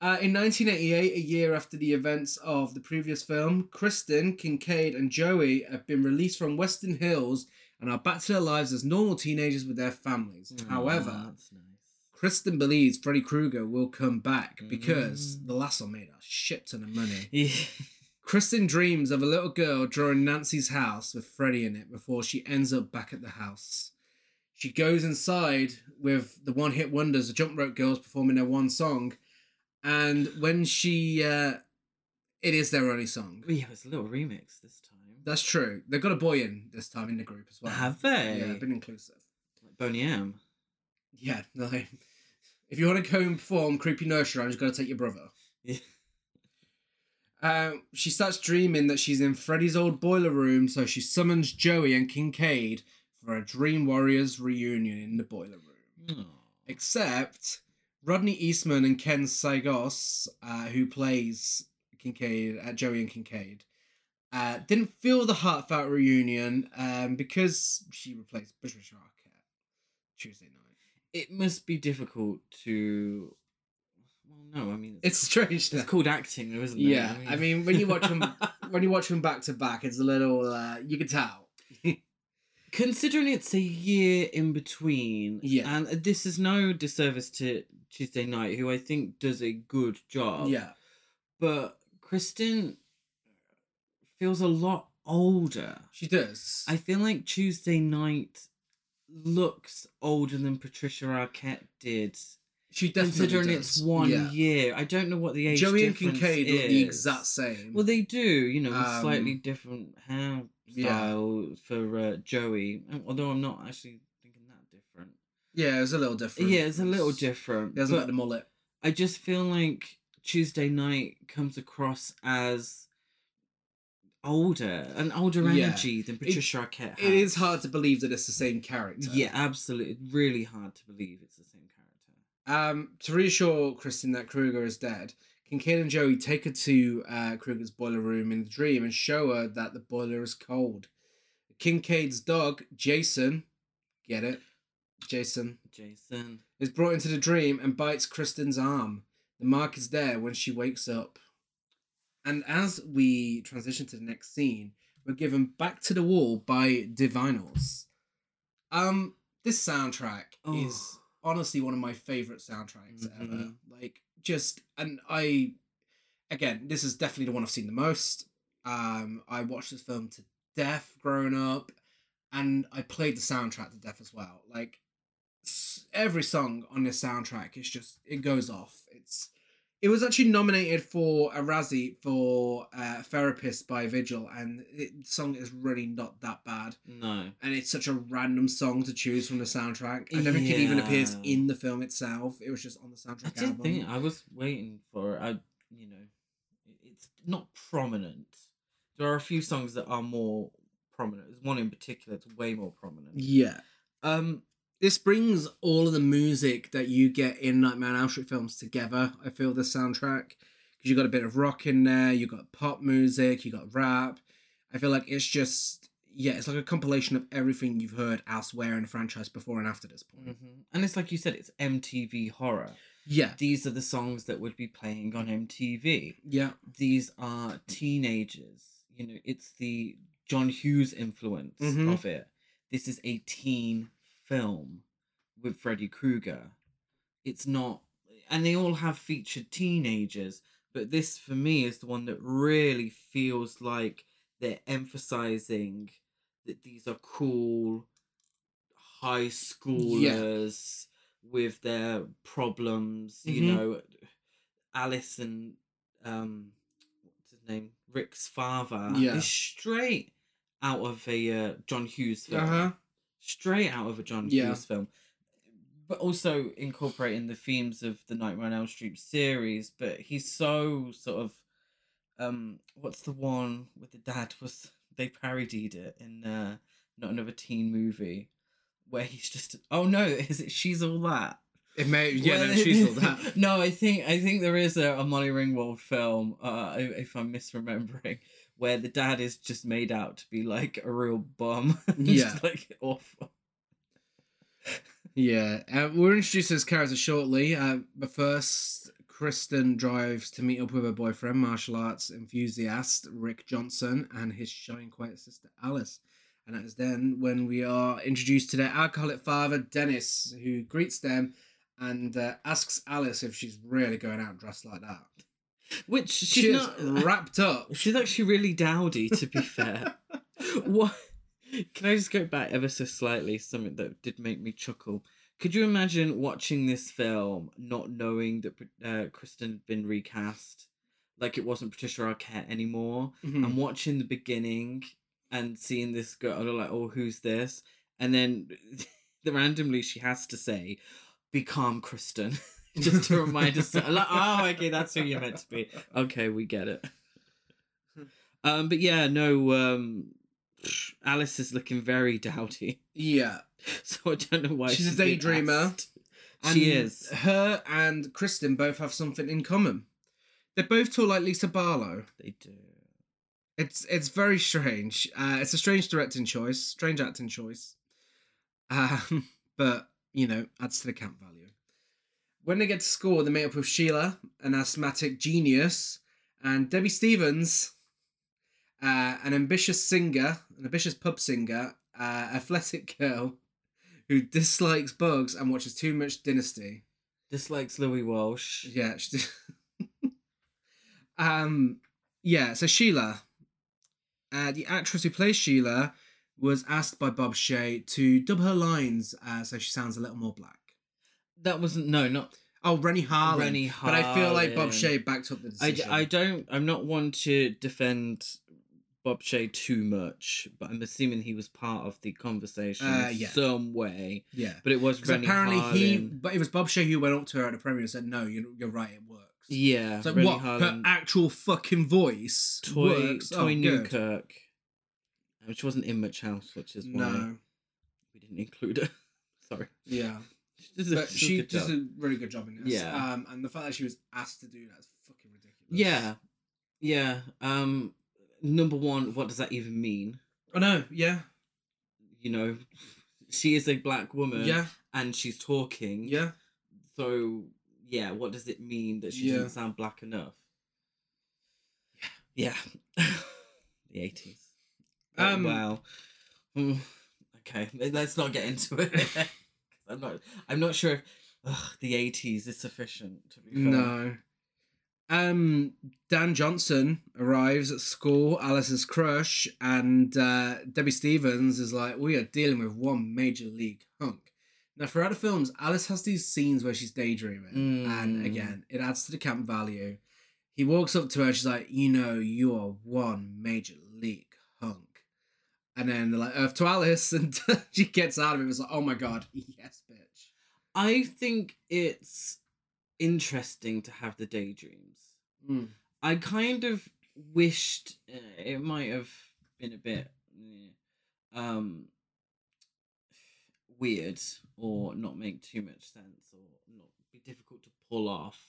Uh, in 1988, a year after the events of the previous film, Kristen, Kincaid, and Joey have been released from Western Hills and are back to their lives as normal teenagers with their families. Mm. Aw, However, Oh, that's nice. (laughs) Kristen believes Freddy Krueger will come back because Mm. the lasso made a shit ton of money. Kristen dreams of a little girl drawing Nancy's house with Freddy in it before she ends up back at the house. She goes inside with the one hit wonders, the Jump Rope Girls, performing their one song. And when she. Uh, it is their only song. Yeah, it's a little remix this time. That's true. They've got a boy in this time in the group as well. Have they? Yeah, been inclusive. Like Boney M. Yeah, no. If you want to go and perform Creepy Nursery Rhymes, you've got to take your brother. Yeah. Um, she starts dreaming that she's in Freddy's old boiler room, so she summons Joey and Kincaid for a Dream Warriors reunion in the boiler room. Aw. Except Rodney Eastman and Ken Sagos, uh, who plays Kincaid, uh, Joey and Kincaid, uh, didn't feel the heartfelt reunion um, because she replaced Patricia Arquette Tuesday night. It must be difficult to. Well, no, I mean. (laughs) It's strange. it's that- called acting, though, isn't it? Yeah, I mean, when you watch 'em- (laughs) when you watch them back to back, it's a little uh, you can tell. (laughs) Considering it's a year in between, Yeah. and this is no disservice to Tuesday Night, who I think does a good job. Yeah. but Kristen feels a lot older. She does. I feel like Tuesday night looks older than Patricia Arquette did. she definitely considering does. it's one yeah. year, I don't know what the age. Joey and difference Kincaid is. look the exact same. Well, they do, you know, with Um, slightly different hairstyle for uh, Joey. Although I'm not actually thinking that different. yeah, it's a little different. Yeah, it's a little different. He hasn't but- got the mullet. I just feel like Tuesday night comes across as older, an older Yeah. energy than Patricia Arquette. Has. It is hard to believe that it's the same character. Yeah, absolutely. It's really hard to believe it's the same character. Um, to reassure Kristen that Kruger is dead, Kincaid and Joey take her to uh, Kruger's boiler room in the dream and show her that the boiler is cold. Kincaid's dog, Jason, Get it? Jason Jason. is brought into the dream and bites Kristen's arm. The mark is there when she wakes up. And as we transition to the next scene, we're given back to the wall by Divinals. Um, this soundtrack Oh. is honestly one of my favorite soundtracks ever. Mhm. Like, just and I, again, this is definitely the one I've seen the most. Um, I watched this film to death growing up, and I played the soundtrack to death as well. Like, s- every song on this soundtrack is just it goes off. It's it was actually nominated for a Razzie for uh, Therapist by Vigil, and it, the song is really not that bad. No. And it's such a random song to choose from the soundtrack. I don't think it even appears Yeah. in the film itself. It was just on the I soundtrack did album. think I was waiting for it. I you know it's not prominent. There are a few songs that are more prominent. There's one in particular that's way more prominent. Yeah. Um This brings all of the music that you get in Nightmare on Elm Street films together. I feel the soundtrack because you got a bit of rock in there, you got pop music, you got rap. I feel like it's just yeah, it's like a compilation of everything you've heard elsewhere in the franchise before and after this Mm. point. Mm-hmm. and it's like you said, it's MTV horror. Yeah, These are the songs that would be playing on MTV. yeah, These are teenagers. You know, it's the John Hughes influence Mhm. of it. This is a teen film with Freddy Krueger. It's not, and they all have featured teenagers, but this for me is the one that really feels like they're emphasizing that these are cool high schoolers with their problems, Mhm. you know. Alice and um what's his name? Rick's father Yeah. is straight out of a uh, John Hughes film. uh huh, Straight out of a John Yeah. Hughes film. But also incorporating the themes of the Nightmare on Elm Street series, but he's so sort of um what's the one with the dad was they parodied it in uh not another teen movie where he's just oh no, is it she's all that? it may yeah, Well, no, she's all (laughs) that. no, I think I think there is a, a Molly Ringwald film, uh, i- if I'm misremembering, where the dad is just made out to be like a real bum. (laughs) Just, Yeah. like awful. Yeah, uh, we're introduced to his character shortly. Uh, but first, Kristen drives to meet up with her boyfriend, martial arts enthusiast Rick Johnson, and his shy and quiet sister Alice. And that is then when we are introduced to their alcoholic father, Dennis, who greets them and uh, asks Alice if she's really going out dressed like that. Which she's She's not. wrapped (laughs) up. she's actually really dowdy, to be (laughs) fair. what? Can I just go back ever so slightly? Something that did make me chuckle. Could you imagine watching this film not knowing that uh, Kristen had been recast? Like it wasn't Patricia Arquette anymore. Mhm. I'm watching the beginning and seeing this girl, and I'm like, oh, who's this? And then (laughs) randomly she has to say, be calm, Kristen, (laughs) just to remind us. (laughs) I'm like, oh, okay, that's who you're meant to be. Okay, we get it. Hmm. Um, but yeah, no, um, (sighs) Alice is looking very dowdy, (laughs) Yeah. so I don't know why She's a been daydreamer. asked. She is. Her and Kristen both have something in common. They're both tall like Lisa Barlow. They do. It's it's very strange. Uh, it's a strange directing choice, strange acting choice, um, (laughs) but you know adds to the camp value. When they get to school, they meet up with Sheila, an asthmatic genius, and Debbie Stevens, uh, an ambitious singer, an ambitious pub singer, uh, athletic (laughs) girl who dislikes bugs and watches too much Dynasty. Dislikes Louis Walsh. Yeah. she did. um. Yeah. So Sheila, uh, the actress who plays Sheila, was asked by Bob Shay to dub her lines uh, so she sounds a little more black. That wasn't no, not Oh, Rennie Harlan. Rennie But I feel like Harlan. Bob Shay backed up the I, d- decision. I don't I'm not one to defend Bob Shay too much, but I'm assuming he was part of the conversation Uh, in yeah. some way. yeah. But it was Because Rennie apparently he, Harlan. but it was Bob Shay who went up to her at the premiere and said, "No, you're, you're right. It works." yeah It's like Rennie what Harlan, her actual fucking voice Toy works. Toy oh, good. Newkirk, which wasn't in much house, which is why No. we didn't include her. (laughs) Sorry, Yeah. She does a- (laughs) but does a she good does job. a really good job in this. Yeah. Um, and the fact that she was asked to do that is fucking ridiculous. yeah, yeah. Um, number one, what does that even mean? I know. Yeah. You know, she is a black woman Yeah, and she's talking. yeah. So yeah, what does it mean that she Yeah. doesn't sound black enough? Yeah. Yeah. (laughs) the eighties. Oh, Um, wow. (sighs) Mm, Okay, let- let's not get into (laughs) it. (laughs) I'm not. I'm not sure if ugh, the eighties is sufficient. To be fair. No. Um, Dan Johnson arrives at school, Alice's crush, and uh, Debbie Stevens is like, We are dealing with one major league hunk. Now, throughout the films, Alice has these scenes where she's daydreaming, and Mm. again, it adds to the camp value. He walks up to her, she's like, You know, you are one major league hunk. And then they're like, Earth to Alice, (laughs) and she gets out of it. It's like, Oh my god, yes, bitch. I think it's interesting to have the daydreams. Mm. I kind of wished uh, it might have been a bit eh, um weird or not make too much sense or not be difficult to pull off.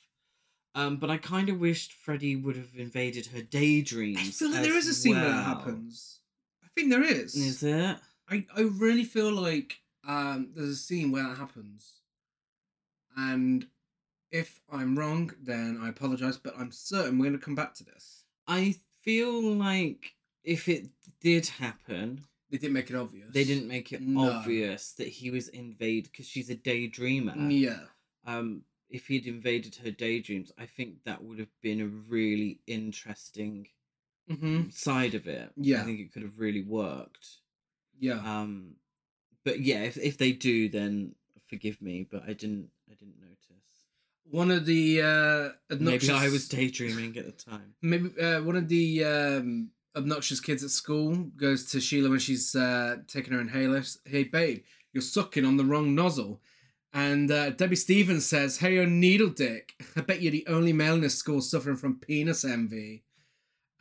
Um, but I kind of wished Freddie would have invaded her daydreams. I feel like as there is a scene where that well. happens. I think there is. Is it? I, I really feel like um, there's a scene where that happens. And if I'm wrong, then I apologize, but I'm certain we're going to come back to this. I feel like if it did happen, They didn't make it obvious. they didn't make it No. obvious that he was invade because she's a daydreamer. Yeah. um, if he'd invaded her daydreams, I think that would have been a really interesting Mm-hmm. side of it. I Yeah. think it could have really worked. Yeah. Um, but yeah, if if they do, then forgive me, but I didn't I didn't notice. one of the uh, obnoxious. Maybe I was daydreaming at the time. Maybe uh, one of the um, obnoxious kids at school goes to Sheila when she's uh, taking her inhaler. Hey, babe, you're sucking on the wrong nozzle. And uh, Debbie Stevens says, Hey, your needle dick. I bet you're the only male in this school suffering from penis envy.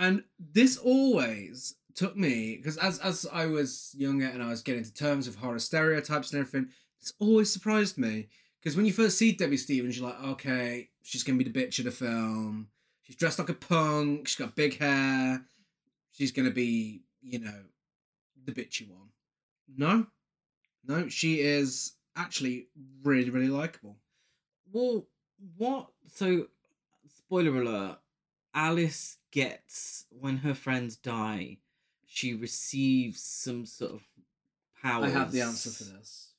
And this always took me, because as, as I was younger and I was getting to terms with horror stereotypes and everything, this always surprised me. Because when you first see Debbie Stevens, you're like, okay, she's going to be the bitch of the film. She's dressed like a punk. She's got big hair. She's gonna be, you know, the bitchy one. No, no, she is actually really, really likable. Well, what? So, spoiler alert: Alice gets when her friends die, she receives some sort of power. I have the answer for this.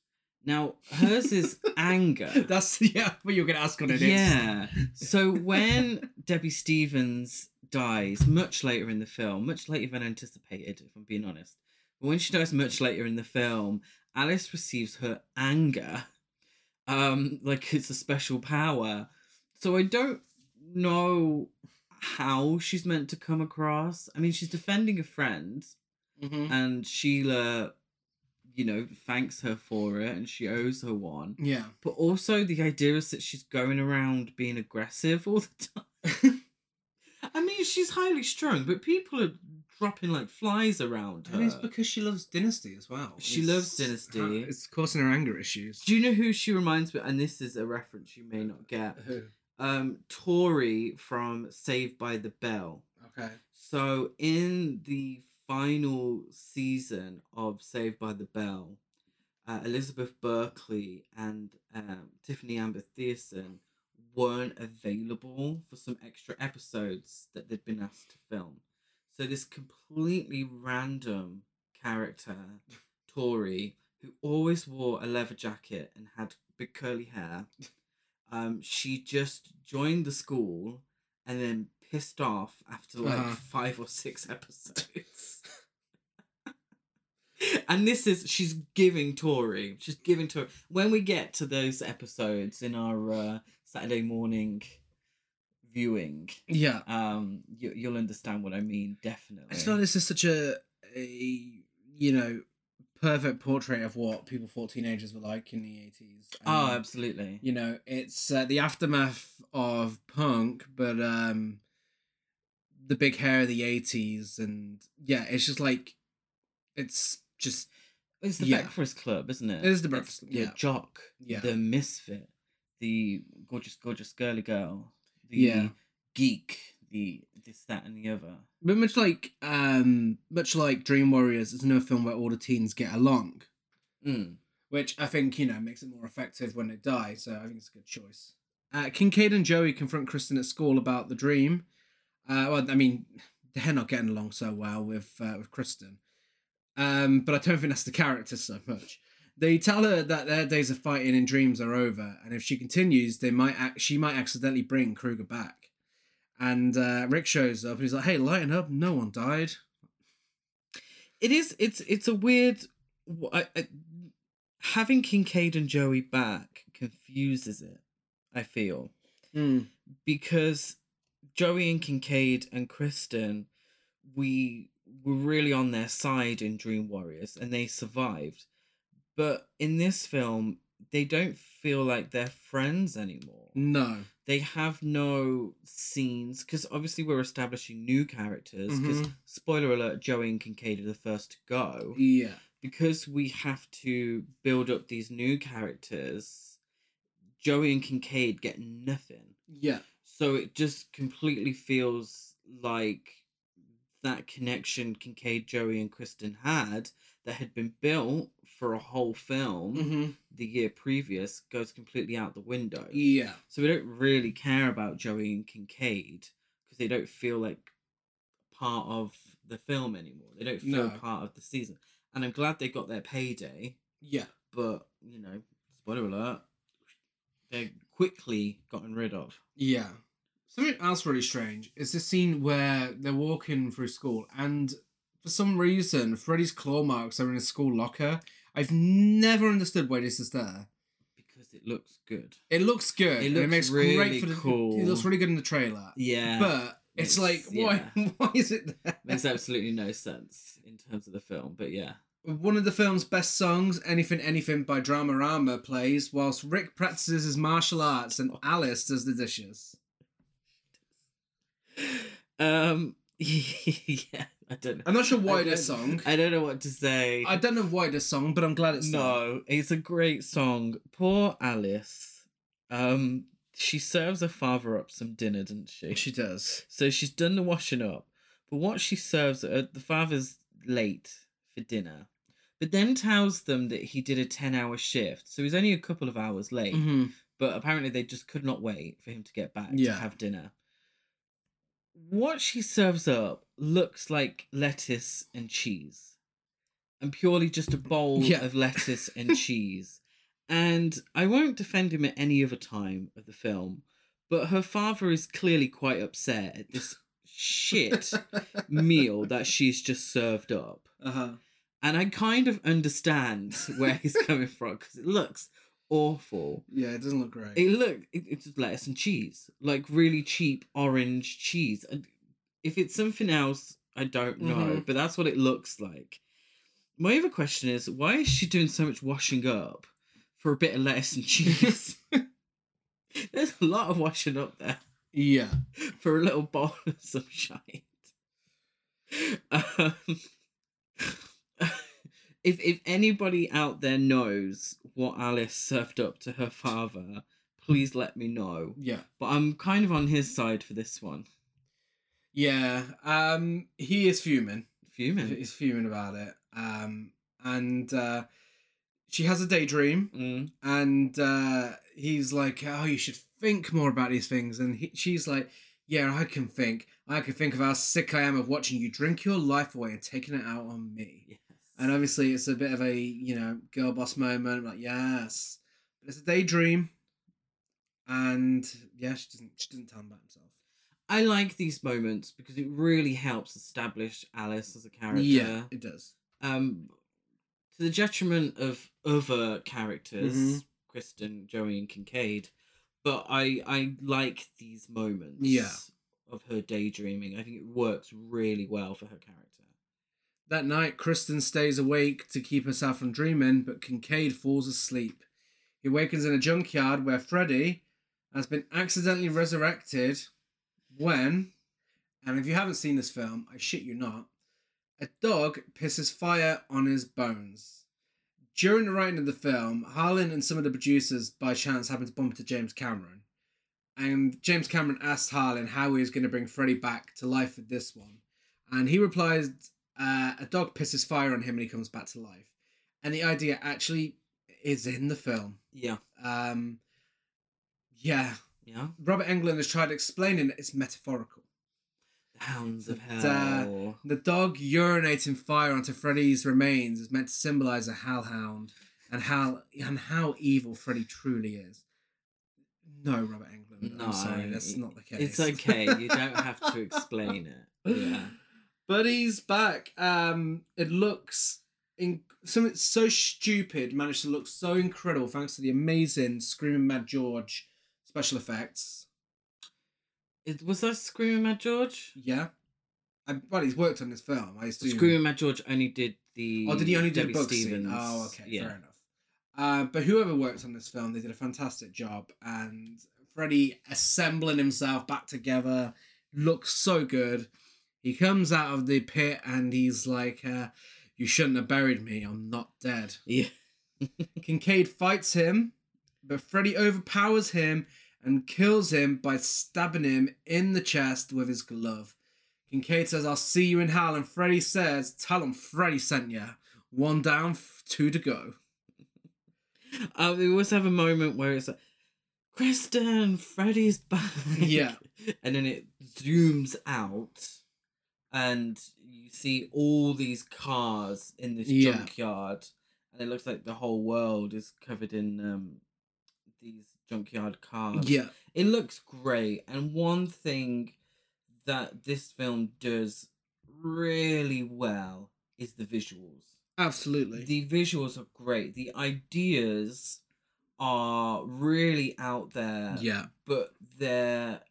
Now hers (laughs) is anger. That's yeah, but you're gonna ask what it is. yeah. (laughs) So when Debbie Stevens dies, much later in the film, much later than anticipated, if I'm being honest, but when she dies much later in the film, Alice receives her anger, um, like it's a special power. So I don't know how she's meant to come across. I mean, she's defending a friend, Mhm. and Sheila, you know, thanks her for it, and she owes her one. Yeah. But also, the idea is that she's going around being aggressive all the (laughs) time. I mean, she's highly strung, but people are dropping like flies around her. And it's because she loves Dynasty as well. She It's- loves Dynasty. It's causing her anger issues. Do you know who she reminds me? And this is a reference you may not get. Who? Um, Tori from Saved by the Bell. Okay. So in the final season of Saved by the Bell, uh, Elizabeth Berkley and um, Tiffany Amber Thiessen weren't available for some extra episodes that they'd been asked to film. So this completely random character, Tori, who always wore a leather jacket and had big curly hair, um, she just joined the school and then pissed off after like Uh-huh. five or six (laughs) episodes. and this is she's giving Tori. She's giving Tori. When we get to those episodes in our uh, Saturday morning viewing, Yeah. um, you, you'll understand what I mean. Definitely. I just feel this is such a, a you know perfect portrait of what people thought teenagers were like in the eighties. oh, absolutely. you know it's uh, the aftermath of punk, but um, the big hair of the eighties, and yeah, it's just like it's just It's the Yeah. Breakfast Club, isn't it? It is the Breakfast- the yeah. jock, Yeah. the misfit, the gorgeous, gorgeous girly girl, the Yeah. geek, the this, that, and the other. but much like um much like Dream Warriors, it's another film where all the teens get along. Mm. which I think you know makes it more effective when they die. So I think it's a good choice. Uh, Kincaid and Joey confront Kristen at school about the dream. Uh, well, I mean, (laughs) they're not getting along so well with uh, with Kristen, um, but I don't think that's the character so much. They tell her that their days of fighting in dreams are over, and if she continues, they might ac- she might accidentally bring Kruger back. And uh, Rick shows up and he's like, "Hey, lighten up! No one died." It is. It's it's a weird. wh- I, I, having Kincaid and Joey back confuses it. I feel because Joey and Kincaid and Kristen, we were really on their side in Dream Warriors, and they survived. But in this film, they don't feel like they're friends anymore No. they have no scenes because obviously we're establishing new characters because Mhm. spoiler alert joey and kincaid are the first to go Yeah. because we have to build up these new characters joey and kincaid get nothing Yeah. so it just completely feels like that connection kincaid joey and kristen had that had been built for a whole film Mm-hmm. the year previous goes completely out the window Yeah. so we don't really care about Joey and Kincaid because they don't feel like part of the film anymore. They don't feel No. part of the season. And I'm glad they got their payday, Yeah. but you know, spoiler alert, they're quickly gotten rid of. Yeah. Something else really strange is this scene where they're walking through school, and for some reason, Freddy's claw marks are in a school locker. I've never understood why this is there. Because it looks good. It looks good. and looks really for the, cool. It looks really good in the trailer, Yeah. (laughs) but It's- it's, like, why? (laughs) Why is it there? makes absolutely no sense in terms of the film. But yeah. One of the film's best songs, "Anything Anything" by Dramarama, plays whilst Rick practices his martial arts and Alice does the dishes. Um (laughs) yeah, I don't know. I'm not sure why I this don't- song. I don't know what to say. I don't know why this song, but I'm glad it's there. No, it's a great song. Poor Alice. Um, she serves her father up some dinner, doesn't she? She does. So she's done the washing up, but what she serves, uh, the father's late for dinner, but then tells them that he did a ten-hour shift, so he's only a couple of hours late. Mm-hmm. But apparently, they just could not wait for him to get back Yeah. to have dinner. What she serves up looks like lettuce and cheese, and purely just a bowl Yeah. of lettuce (laughs) and cheese. And I won't defend him at any other time of the film, but her father is clearly quite upset at this shit (laughs) meal that she's just served up. (laughs) Uh-huh. And I kind of understand where he's coming from because it looks awful. Yeah, it doesn't look great. It look it, it's just lettuce and cheese, like really cheap orange cheese. And If it's something else, I don't know, Mhm. but that's what it looks like. My other question is, why is she doing so much washing up for a bit of lettuce and (laughs) cheese? There's a lot of washing up there yeah. for a little bowl of some shite. Um, (laughs) if if anybody out there knows what Alice served up to her father, please let me know. Yeah. But I'm kind of on his side for this one. Yeah. Um he is fuming. Fuming. He's fuming about it. Um and uh she has a daydream Mm. and uh he's like, "Oh, you should think more about these things." And he, she's like, "Yeah, I can think. I can think of how sick I am of watching you drink your life away and taking it out on me." Yes. And obviously, it's a bit of a you know girl boss moment. Like yes, but it's a daydream, and yeah, she doesn't she doesn't tell him about himself. I like these moments because it really helps establish Alice as a character. Yeah, it does. um to the detriment of other characters Mhm. kristen joey and kincaid but i i like these moments Yeah. of her daydreaming i think it works really well for her character That night, Kristen stays awake to keep herself from dreaming, but Kincaid falls asleep. He awakens in a junkyard where Freddy has been accidentally resurrected when, and if you haven't seen this film, I shit you not, a dog pisses fire on his bones. During the writing of the film, Harlan and some of the producers by chance happened to bump into James Cameron. And James Cameron asked Harlan how he was going to bring Freddy back to life with this one. And he replies, uh, a dog pisses fire on him and he comes back to life. And the idea actually is in the film. Yeah. Um, yeah, Yeah. Robert Englund has tried explaining that it's metaphorical. The Hounds of But, Hell. uh, The dog urinating fire onto Freddy's remains is meant to symbolize a hellhound and how and how evil Freddy truly is. No, Robert Englund. no, I'm sorry, that's not the case. It's okay. You don't have (laughs) to explain it. Yeah. But he's back. Um, it looks in something so stupid managed to look so incredible thanks to the amazing Screaming Mad George special effects. It, was that Screaming Mad George? Yeah, I, well, he's worked on this film. I assume. Screaming Mad George only did the. Oh, did he only do Debbie the book Stevens. scene? Oh, okay, Yeah. fair enough. Uh, but whoever worked on this film, they did a fantastic job, and Freddy assembling himself back together looks so good. He comes out of the pit and he's like, uh, "You shouldn't have buried me. I'm not dead." Yeah. (laughs) Kincaid fights him, but Freddy overpowers him and kills him by stabbing him in the chest with his glove. Kincaid says, I'll see you in hell, and Freddy says, Tell him Freddy sent ya. One down, f- two to go. Uh, we always have a moment where it's like, Kristen, Freddy's back. Yeah. (laughs) and then it zooms out, and you see all these cars in this Yeah. junkyard, and it looks like the whole world is covered in um these junkyard cars. Yeah, It looks great, and one thing that this film does really well is the visuals. absolutely. The visuals are great. The ideas are really out there, yeah, but they're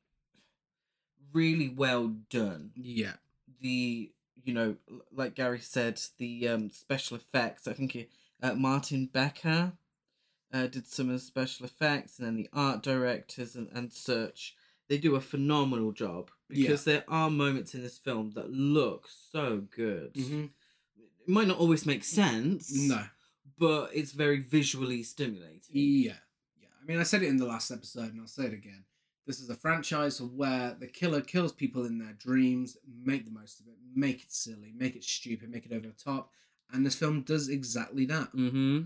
really well done. yeah, The you know, l- like Gary said, the um, special effects. I think it, uh, Martin Becker uh, did some of the special effects, and then the art directors and, and such. They do a phenomenal job Yeah. because there are moments in this film that look so good. Mhm. It might not always make sense no, but it's very visually stimulating. yeah, yeah. I mean, I said it in the last episode, and I'll say it again. This is a franchise where the killer kills people in their dreams. Make the most of it. Make it silly. Make it stupid. Make it over the top. And this film does exactly that. Mm-hmm.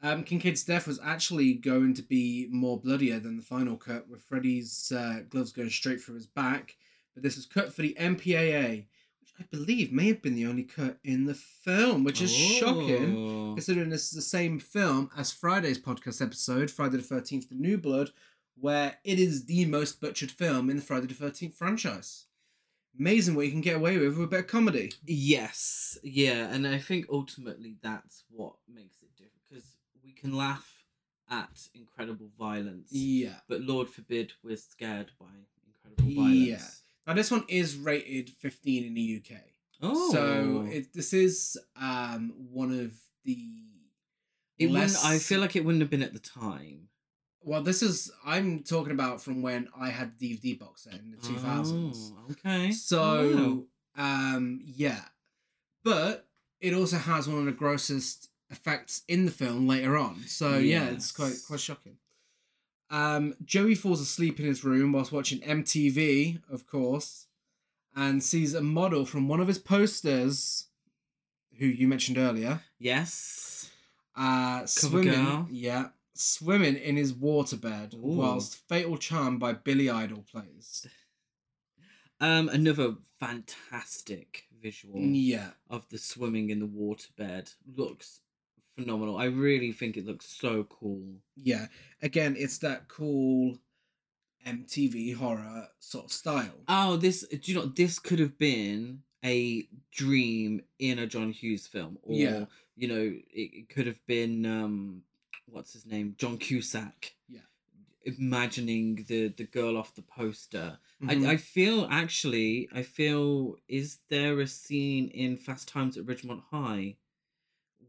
Um, Kincaid's death was actually going to be more bloodier than the final cut, with Freddy's uh, gloves going straight through his back. But this was cut for the MPAA, which I believe may have been the only cut in the film, which is shocking Oh. considering this is the same film as Friday's podcast episode, Friday the Thirteenth: The New Blood, where it is the most butchered film in the Friday the Thirteenth franchise. Amazing what you can get away with with a bit of comedy. Yes, yeah, and I think ultimately that's what makes it different because we can laugh at incredible violence, Yeah. but Lord forbid we're scared by incredible violence. Yeah. Now this one is rated 15 in the UK. Oh, So it, this is um one of the It wouldn't- less- I feel like it wouldn't have been at the time. well this is I'm talking about from when I had the DVD box set in the 2000s. Oh, okay. Oh, So um yeah. But it also has one of the grossest effects in the film later on. So yeah, it's quite Yes. quite shocking. Um, Joey falls asleep in his room whilst watching MTV, of course, and sees a model from one of his posters, who you mentioned earlier, yes. uh, swimming. girl. Yeah, swimming in his waterbed Ooh. whilst "Fatal Charm" by Billy Idol plays. Um, another fantastic visual. Yeah, of the swimming in the waterbed looks phenomenal. I really think it looks so cool. yeah. Again, it's that cool MTV horror sort of style. Oh, this do you know this could have been a dream in a John Hughes film, or Yeah. you know it, it could have been um, what's his name, John Cusack. Yeah. Imagining the the girl off the poster. Mhm. I I feel actually I feel is there a scene in Fast Times at Ridgemont High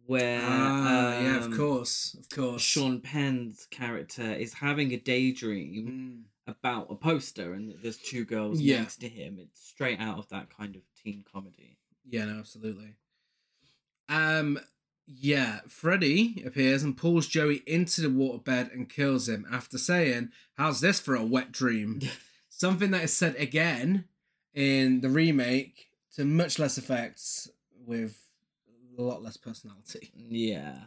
where Ah, yeah, of um, course, of course. Sean Penn's character is having a daydream Mm, about a poster and that there's two girls Yeah. next to him. It's straight out of that kind of teen comedy. yeah, no, absolutely. Um, yeah, Freddy appears and pulls Joey into the waterbed and kills him after saying, "How's this for a wet dream?" Something that is said again in the remake to much less effects with a lot less personality. Mm, Yeah.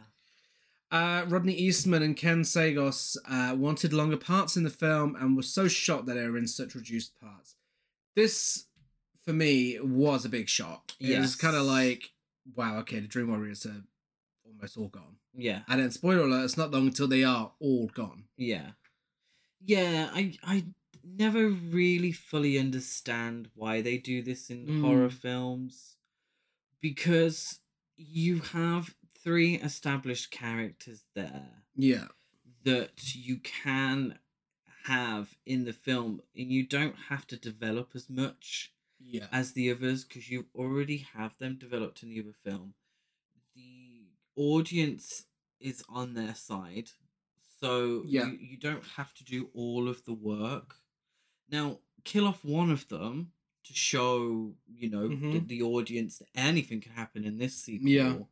Uh, Rodney Eastman and Ken Sagos uh, wanted longer parts in the film and were so shocked that they were in such reduced parts. This, for me, was a big shock. It was Yes. kind of like, wow, okay, the Dream Warriors are almost all gone. Yeah, And then, spoiler alert, it's not long until they are all gone. yeah, yeah. I I never really fully understand why they do this in Mm. horror films, because you have three established characters there. Yeah. that you can have in the film and you don't have to develop as much Yeah. as the others because you already have them developed in the other film the audience is on their side so Yeah. you, you don't have to do all of the work now kill off one of them to show you know Mhm. that the audience that anything can happen in this sequel Yeah.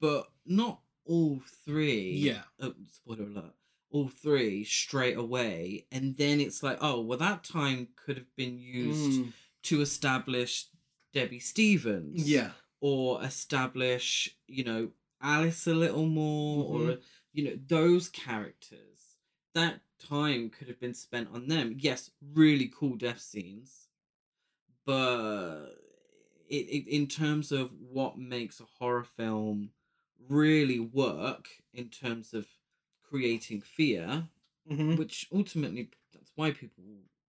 but not all three Yeah. oh, spoiler alert all three straight away and then it's like oh well that time could have been used Mm. to establish debbie stevens Yeah. or establish you know alice a little more or Mhm. you know those characters that time could have been spent on them yes really cool death scenes but it, it, in terms of what makes a horror film really work in terms of creating fear Mhm. which ultimately that's why people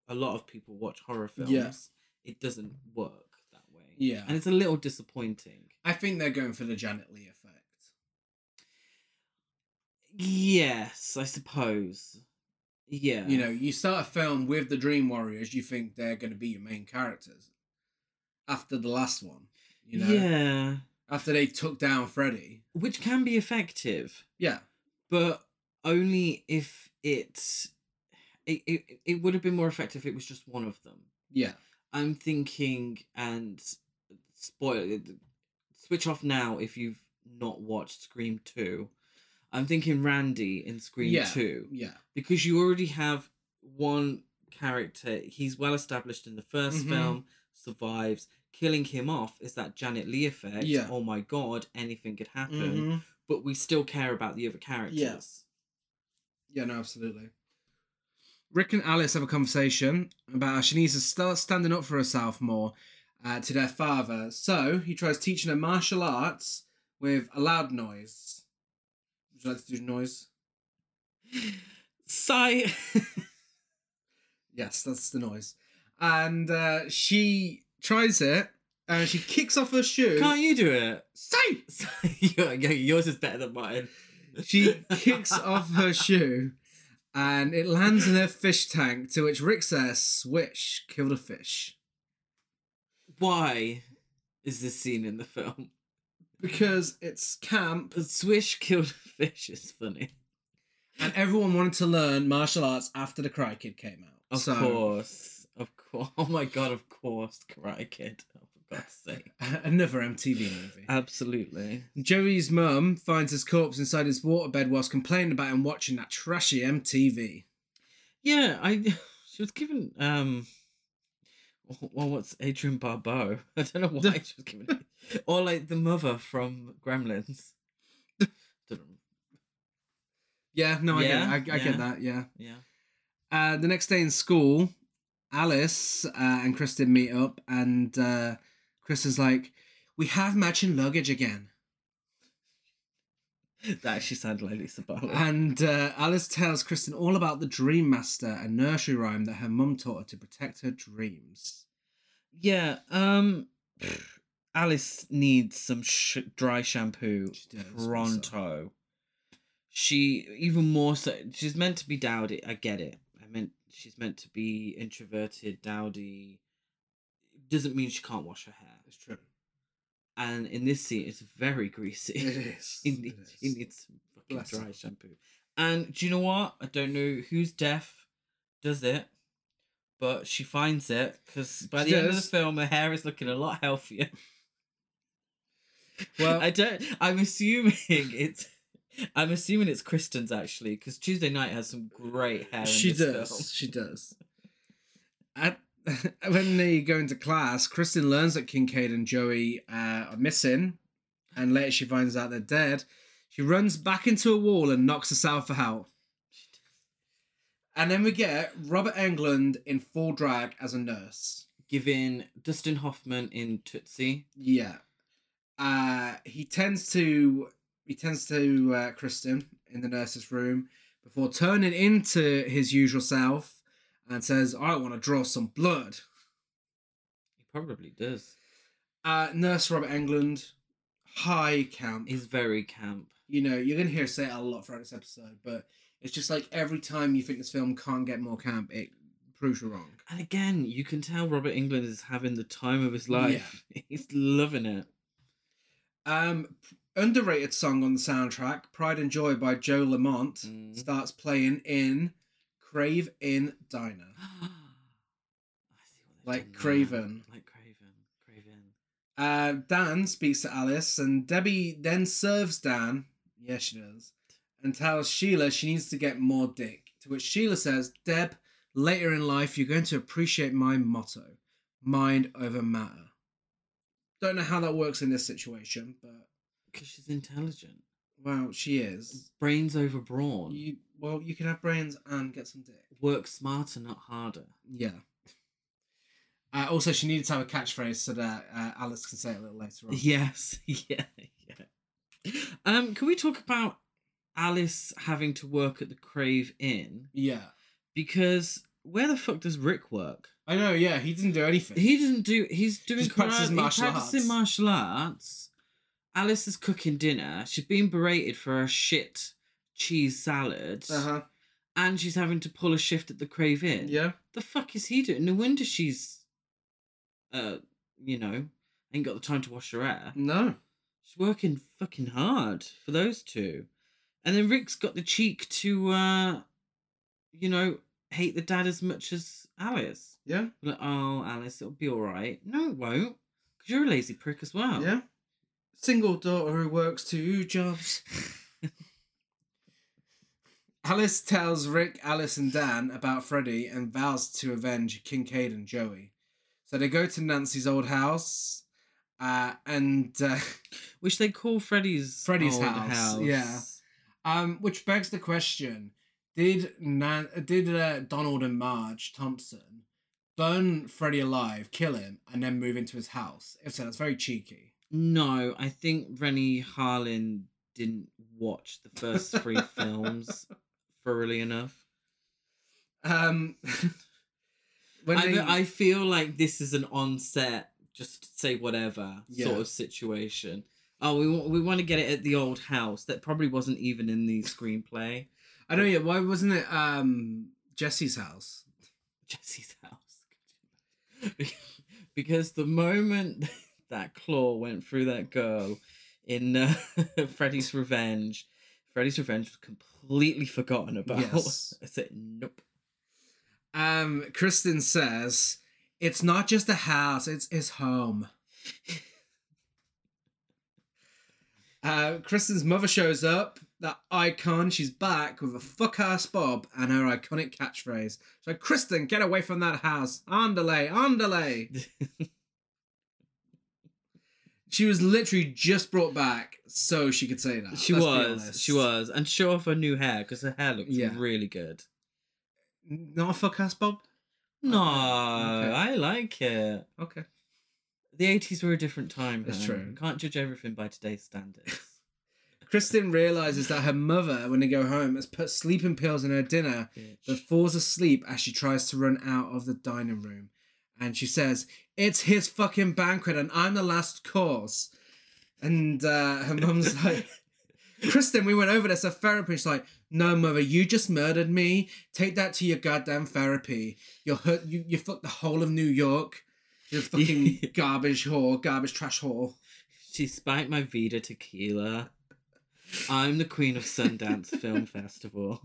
a lot of people watch horror films Yeah. it doesn't work that way Yeah. and it's a little disappointing I think they're going for the Janet Lee effect. yes i suppose yeah You know, you start a film with the Dream Warriors, you think they're going to be your main characters after the last one. You know, yeah after they took down Freddy. which can be effective Yeah. but only if it's it, it, it would have been more effective if it was just one of them Yeah. i'm thinking and spoil eh, switch off now if you've not watched scream 2 i'm thinking randy in scream yeah. 2 Yeah. because you already have one character he's well established in the 1st Mhm. film survives killing him off is that janet lee effect Yeah. oh my god anything could happen Mhm. but we still care about the other characters Yeah, no, absolutely. Rick and Alice have a conversation about how she needs to start standing up for herself more uh, to their father. So he tries teaching her martial arts with a loud noise. Would you like to do noise? Sigh. Yes, that's the noise. And uh, she tries it and she kicks off her shoe. Can't you do it? (laughs) Say! Sigh. Yo- yo- Yours is better than mine. (laughs) She kicks off her shoe and it lands in her fish tank, to which Rick says, Swish, kill the fish. Why is this scene in the film? (laughs) Because it's camp But Swish killed a fish is funny. and everyone wanted to learn martial arts after the Cry Kid came out. Of so, course. Of course. (laughs) Oh my god, of course, Karate Kid. (laughs) Oh, for God's sake. (laughs) another MTV movie. Absolutely. Joey's mum finds his corpse inside his waterbed whilst complaining about him watching that trashy MTV. Yeah, I. (laughs) She was given. um well, what's Adrian Barbeau? (laughs) I don't know why she was given, or like the mother from Gremlins. (laughs) Don't know. Yeah, no, I Yeah, get it. I, I yeah. get that, yeah. Yeah. Uh, the next day in school, Alice uh, and Kristen meet up, and uh, Chris is like, "We have matching luggage again." That actually sounded like Lisa Barlow. And uh, Alice tells Kristen all about the Dream Master, a nursery rhyme that her mum taught her to protect her dreams. Yeah, um Alice needs some sh- dry shampoo She does, but so- pronto. She even more so she's meant to be dowdy, I get it. I meant she's meant to be introverted, dowdy. Doesn't mean she can't wash her hair. It's true. And in this scene it's very greasy. It (laughs) is. He It needs, he is. needs some fucking Bless dry him. shampoo. And do you know what? I don't know who's deaf does it, but she finds it because by She the end of the does. film, her hair is looking a lot healthier. Well- I don't. I'm assuming it's. I'm assuming it's Kristen's actually because Tuesday night has some great hair. In She this does. film. (laughs) She does. At, (laughs) when they go into class, Kristen learns that Kincaid and Joey uh, are missing, and later she finds out they're dead. She runs back into a wall and knocks herself out. And then we get Robert Englund in full drag as a nurse. Giving Dustin Hoffman in Tootsie. Yeah. Uh, he tends to he tends to uh, Kristen in the nurse's room before turning into his usual self and says, "I want to draw some blood." He probably does. Uh, nurse Robert Englund, high camp. He's very camp. you know, you're gonna hear us say it a lot throughout this episode, but it's just like every time you think this film can't get more camp, it proves you wrong. And again, you can tell Robert England is having the time of his life. (laughs) He's loving it. Um, underrated song on the soundtrack, "Pride and Joy" by Joe Lamont, Mm. starts playing in Crave in Diner. I see what they've Like done there. Craven. Like Craven. Craven. Uh, Dan speaks to Alice, and Debbie then serves Dan. Yes, she does, and tells Sheila she needs to get more dick. To which Sheila says, "Deb, later in life, you're going to appreciate my motto: mind over matter." Don't know how that works in this situation, but Because she's intelligent. well, she is. Brains over brawn. You well, you can have brains and get some dick. Work smarter, not harder. Yeah. Uh, also, she needed to have a catchphrase so that uh, Alice can say it a little later on. (laughs) Yes. Yeah. Yeah. Um, can we talk about Alice having to work at the Crave Inn? Yeah. Because where the fuck does Rick work? I know. Yeah, he didn't do anything. He doesn't do. He's doing Just practices karate- he's martial practicing arts. martial arts. Alice is cooking dinner. She's being berated for her shit cheese salad, Uh huh. and she's having to pull a shift at the Crave Inn. Yeah. The fuck is he doing? No wonder she's, uh, you know, ain't got the time to wash her hair. No. She's working fucking hard for those two. And then Rick's got the cheek to, uh, you know, hate the dad as much as Alice. Yeah. Like, oh, Alice, it'll be all right. No, it won't. Because you're a lazy prick as well. Yeah. Single daughter who works two jobs. Alice tells Rick, Alice, and Dan about Freddy and vows to avenge Kincaid and Joey. So they go to Nancy's old house, uh, and uh, (laughs) (laughs) Which they call Freddy's Freddy's old house, yeah. um, which begs the question: Did Nan- did uh, Donald and Marge Thompson burn Freddy alive, kill him, and then move into his house? If so, that's very cheeky. No, I think Rennie Harlan didn't watch the first (laughs) three films thoroughly enough. Um, (laughs) when I, they- I feel like this is an on-set, just say whatever Yeah. sort of situation. Oh, we want we want to get it at the old house that probably wasn't even in the screenplay. I don't know. Yeah, why wasn't it um Jesse's house? (laughs) Jesse's house. because the moment (laughs) that claw went through that girl in uh, (laughs) Freddy's Revenge, Freddy's Revenge was completely forgotten about. (laughs) Yes. I said, nope. Um, Kristen says it's not just a house; it's his home. (laughs) uh, Kristen's mother shows up. That icon, she's back with a fuck ass Bob and her iconic catchphrase. So, Kristen, get away from that house. Andale, (laughs) andale. she was literally just brought back so she could say that. She let's be was, honest. she was, and show off her new hair because her hair looks Yeah. really good. Not a fuck ass Bob? No, Okay. I like it. Okay. The eighties were a different time. That's hun. true. Can't judge everything by today's (laughs) standards. Kristen realizes that her mother, when they go home, has put sleeping pills in her dinner, but Bitch. falls asleep as she tries to run out of the dining room. And she says, It's his fucking banquet and I'm the last course. And uh, her mum's like, Kristen, we went over this at therapy. She's like, No, mother, you just murdered me. Take that to your goddamn therapy. You're hurt, you, you fucked the whole of New York. You're a fucking garbage whore, garbage trash whore. She spiked my Vita tequila. I'm the queen of Sundance Film Festival.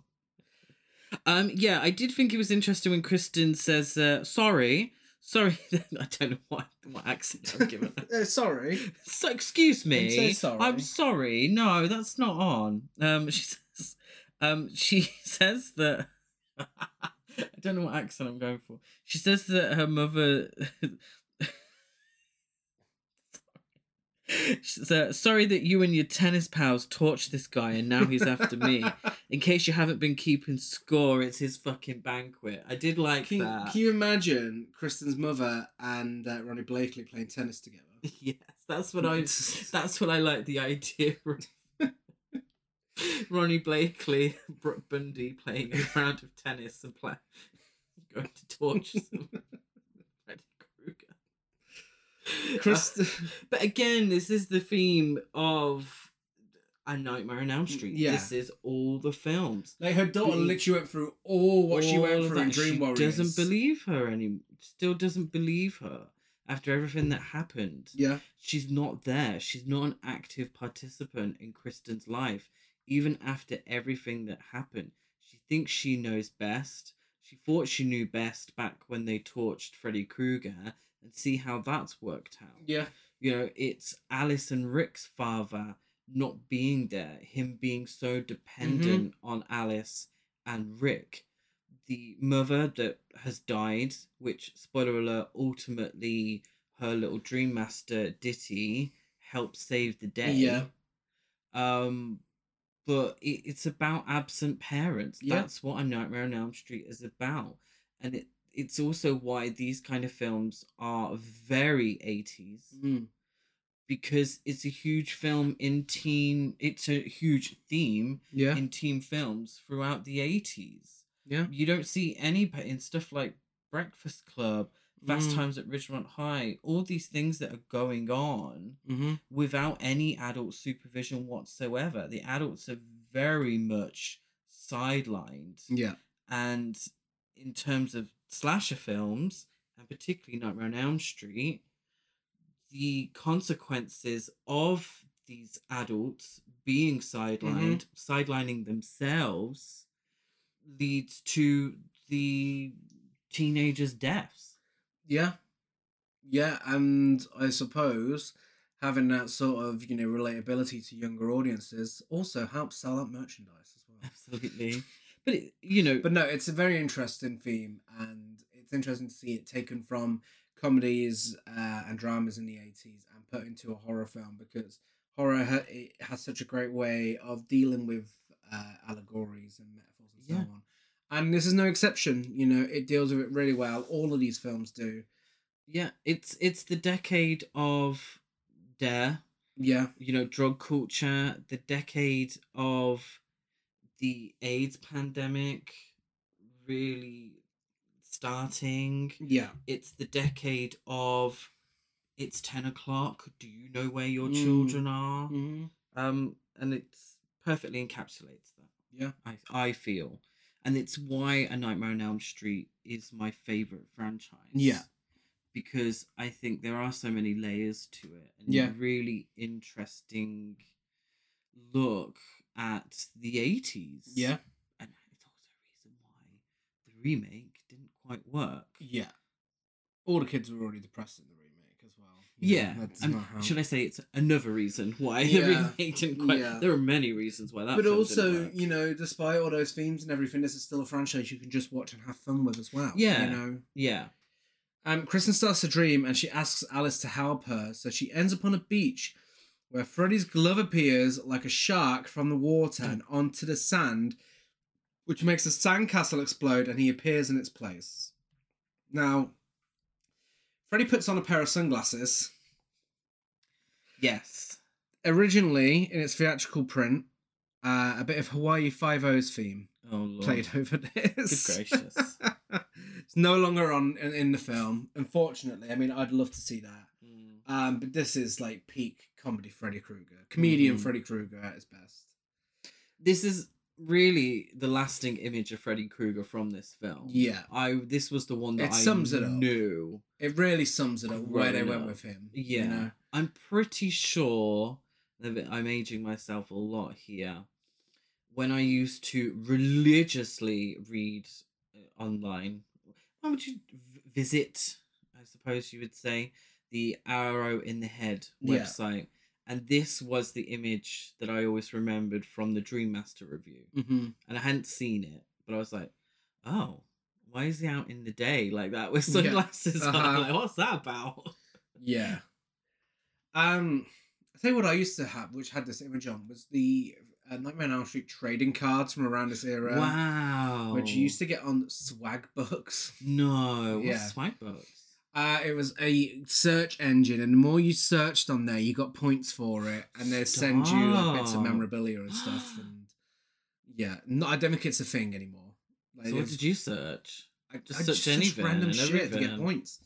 Um, yeah, I did think it was interesting when Kristen says, uh, "Sorry, sorry." (laughs) I don't know what what accent I'm giving. (laughs) Uh, sorry. so excuse me. so sorry. I'm sorry. No, that's not on. Um, she (laughs) says. Um, she (laughs) says that. (laughs) I don't know what accent I'm going for. She (laughs) says that her mother. So, sorry that you and your tennis pals torched this guy and now he's after (laughs) me. In case you haven't been keeping score, it's his fucking banquet. I did like Can, that. can you imagine Kristen's mother and uh, Ronnie Blakely playing (laughs) tennis together? Yes, that's what (laughs) I. That's what I like the idea. of. (laughs) Ronnie Blakely, Brooke Bundy playing a (laughs) round of tennis and play, (laughs) going to torture some (laughs) Freddy Krueger. Kristen, (laughs) But again, this is the theme of A Nightmare on Elm Street. Yeah. This is all the films. like her daughter, Mm. literally went through all what she All went of through in that. Dream she Warriors. doesn't believe her anymore. Still doesn't believe her after everything that happened. Yeah, She's not there. She's not an active participant in Kristen's life, even after everything that happened. She thinks she knows best. She thought she knew best back when they torched Freddy Krueger and see how that's worked out yeah. you know it's alice and rick's father not being there him being Mm-hmm. so dependent on alice and rick the mother that has died which spoiler alert ultimately her little dream master ditty helped save the day Yeah. um but it, it's about absent parents Yeah. that's what a nightmare on elm street is about and it it's also why these kind of films are very 80s Mm. because it's a huge film in teen it's a huge theme Yeah. in teen films throughout the 80s Yeah. you don't see any pa- in stuff like breakfast club fast Mm. times at ridgemont high all these things that are going on Mm-hmm. without any adult supervision whatsoever the adults are very much sidelined Yeah. and in terms of slasher films, and particularly Nightmare on Elm Street, the consequences of these adults being sidelined, sidelining themselves, leads to the teenagers' deaths. (laughs) Yeah. Yeah, and I suppose having that sort of, you know, relatability to younger audiences also helps sell that merchandise as well. Absolutely. But, it, you know, But no, it's a very interesting theme and it's interesting to see it taken from comedies uh, and dramas in the 80s and put into a horror film because horror ha- it has such a great way of dealing with uh, allegories and metaphors and so Yeah. on. And this is no exception, you know, it deals with it really well. All of these films do. yeah, it's it's the decade of Dare, Yeah. you know, drug culture, the decade of the AIDS pandemic really starting. Yeah. It's the decade of it's 10 o'clock. Do you know where your Mm. children are? Mm-hmm. Um, and it's perfectly encapsulates that. Yeah. I, I feel. And it's why A Nightmare on Elm Street is my favorite franchise. Yeah. Because I think there are so many layers to it and Yeah. a really interesting look at the 80s. Yeah. And it's also a reason why the remake didn't quite work. Yeah. All the kids were already depressed in the remake as well. You know, Yeah. that's and not how- Should I say it's another reason why (laughs) Yeah. the remake didn't quite Yeah. There are many reasons why that But film didn't also, work. you know, despite all those themes and everything, this is still a franchise you can just watch and have fun with as well. Yeah. You know? Yeah. Um, Kristen starts to dream and she asks Alice to help her, so she ends up on a beach where Freddy's glove appears like a shark from the water and onto the sand, which makes the sandcastle explode and he appears in its place. Now, Freddy puts on a pair of sunglasses. Yes. originally in its theatrical print, uh, a bit of Hawaii Five O's theme Oh, Lord. played over Good this. (laughs) gracious. it's no longer on in, in the film, unfortunately. I mean, I'd love to see that, Mm. um, but this is like peak comedy Freddy Krueger, comedian Mhm. Freddy Krueger at his best. this is really the lasting image of Freddy Krueger from this film. Yeah, I this was the one that It I sums it up. knew. it really sums it up where they Growing went up. with him. you Yeah, know? I'm pretty sure that I'm aging myself a lot here. When I used to religiously read uh, online, why would you v- visit? I suppose you would say the Arrow in the Head Yeah. website, and this was the image that I always remembered from the Dream Master review Mhm. and I hadn't seen it, but I was like, oh, why is he out in the day like that (laughs) with sunglasses on? Uh-huh. Like, what's that about? Yeah. Um, I tell you what I used to have, which had this image on, was the uh, Nightmare on Elm Street trading cards from around this era, Wow. which you used to get on swag books. No. What's Yeah. Swag Books? Uh, it was a search engine, and the more you searched on there, you got points for it, and they send you like, bits of Stop. memorabilia (gasps) and stuff. And yeah, no, I don't think it's a thing anymore. Like, So what it's- did you search? I Just I search anything random and shit to get everything. points,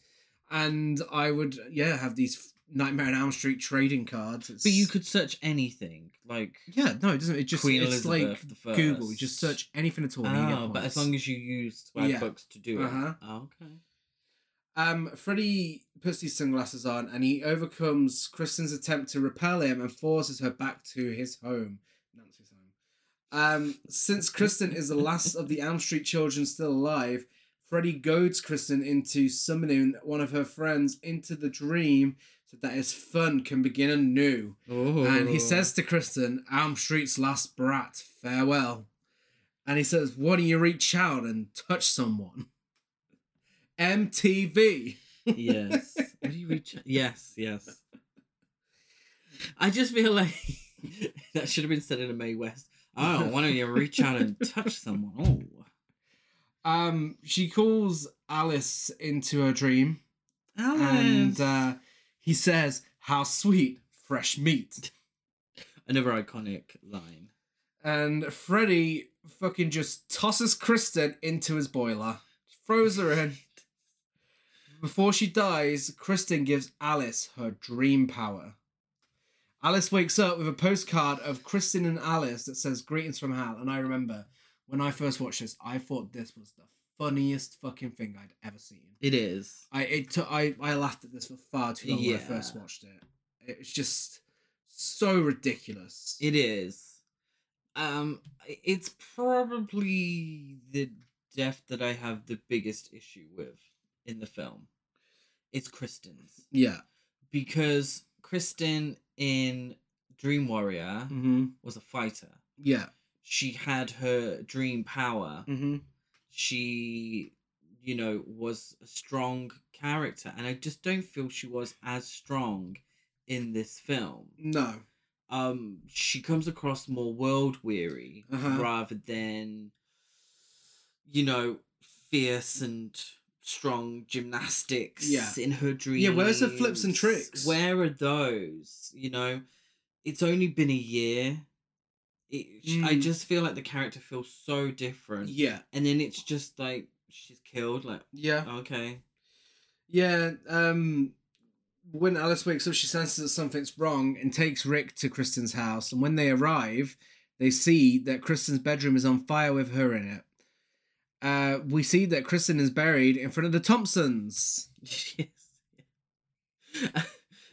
and I would yeah have these f- Nightmare on Elm Street trading cards. It's, But you could search anything, like yeah no, it doesn't. It just Queen it's like Elizabeth the Google. You First. just search anything at all. and you Oh, get but as points. long as you use swag Yeah. books to do Uh-huh. it. Oh, okay. Um, Freddy puts these sunglasses on and he overcomes Kristen's attempt to repel him and forces her back to his home, Nancy's home. Um, since Kristen is the last of the Elm Street children still alive, Freddy goads Kristen into summoning one of her friends into the dream so that his fun can begin anew. And Oh. he says to Kristen, Elm Street's last brat, farewell. And he says, Why don't you reach out and touch someone? MTV. Oh. yes. How do you reach? Yes, yes. I just feel like (laughs) that should have been said in a May West. Oh, why (laughs) don't you reach out and touch someone? Oh, Um, she calls Alice into her dream Alice. and uh, he says, How sweet, fresh meat. Another iconic line. And Freddy fucking just tosses Kristen into his boiler, throws her in. Before she dies, Kristen gives Alice her dream power. Alice wakes up with a postcard of Kristen and Alice that says, Greetings from Hal. And I remember when I first watched this, I thought this was the funniest fucking thing I'd ever seen. It is. I it took, I I laughed at this for far too long when I Yeah. first watched it. It's just so ridiculous. It is. Um, i- it's probably the death that I have the biggest issue with in the film. It's Kristen's yeah. because Kristen in Dream Warrior Mm-hmm. was a fighter. Yeah. She had her dream power. Mm-hmm. She, you know, was a strong character, and I just don't feel she was as strong in this film No. um she comes across more world weary Uh-huh. rather than you know fierce and strong gymnastics Yeah. in her dreams Yeah, where's the flips and tricks? where are those you know it's only been a year it, sh i Mm. just feel like the character feels so different Yeah. and then it's just like she's killed like Yeah. okay Yeah. Um when Alice wakes up, she senses that something's wrong and takes Rick to Kristen's house. And when they arrive, they see that Kristen's bedroom is on fire with her in it. Uh, we see that Kristen is buried in front of the Thompsons. (laughs) yes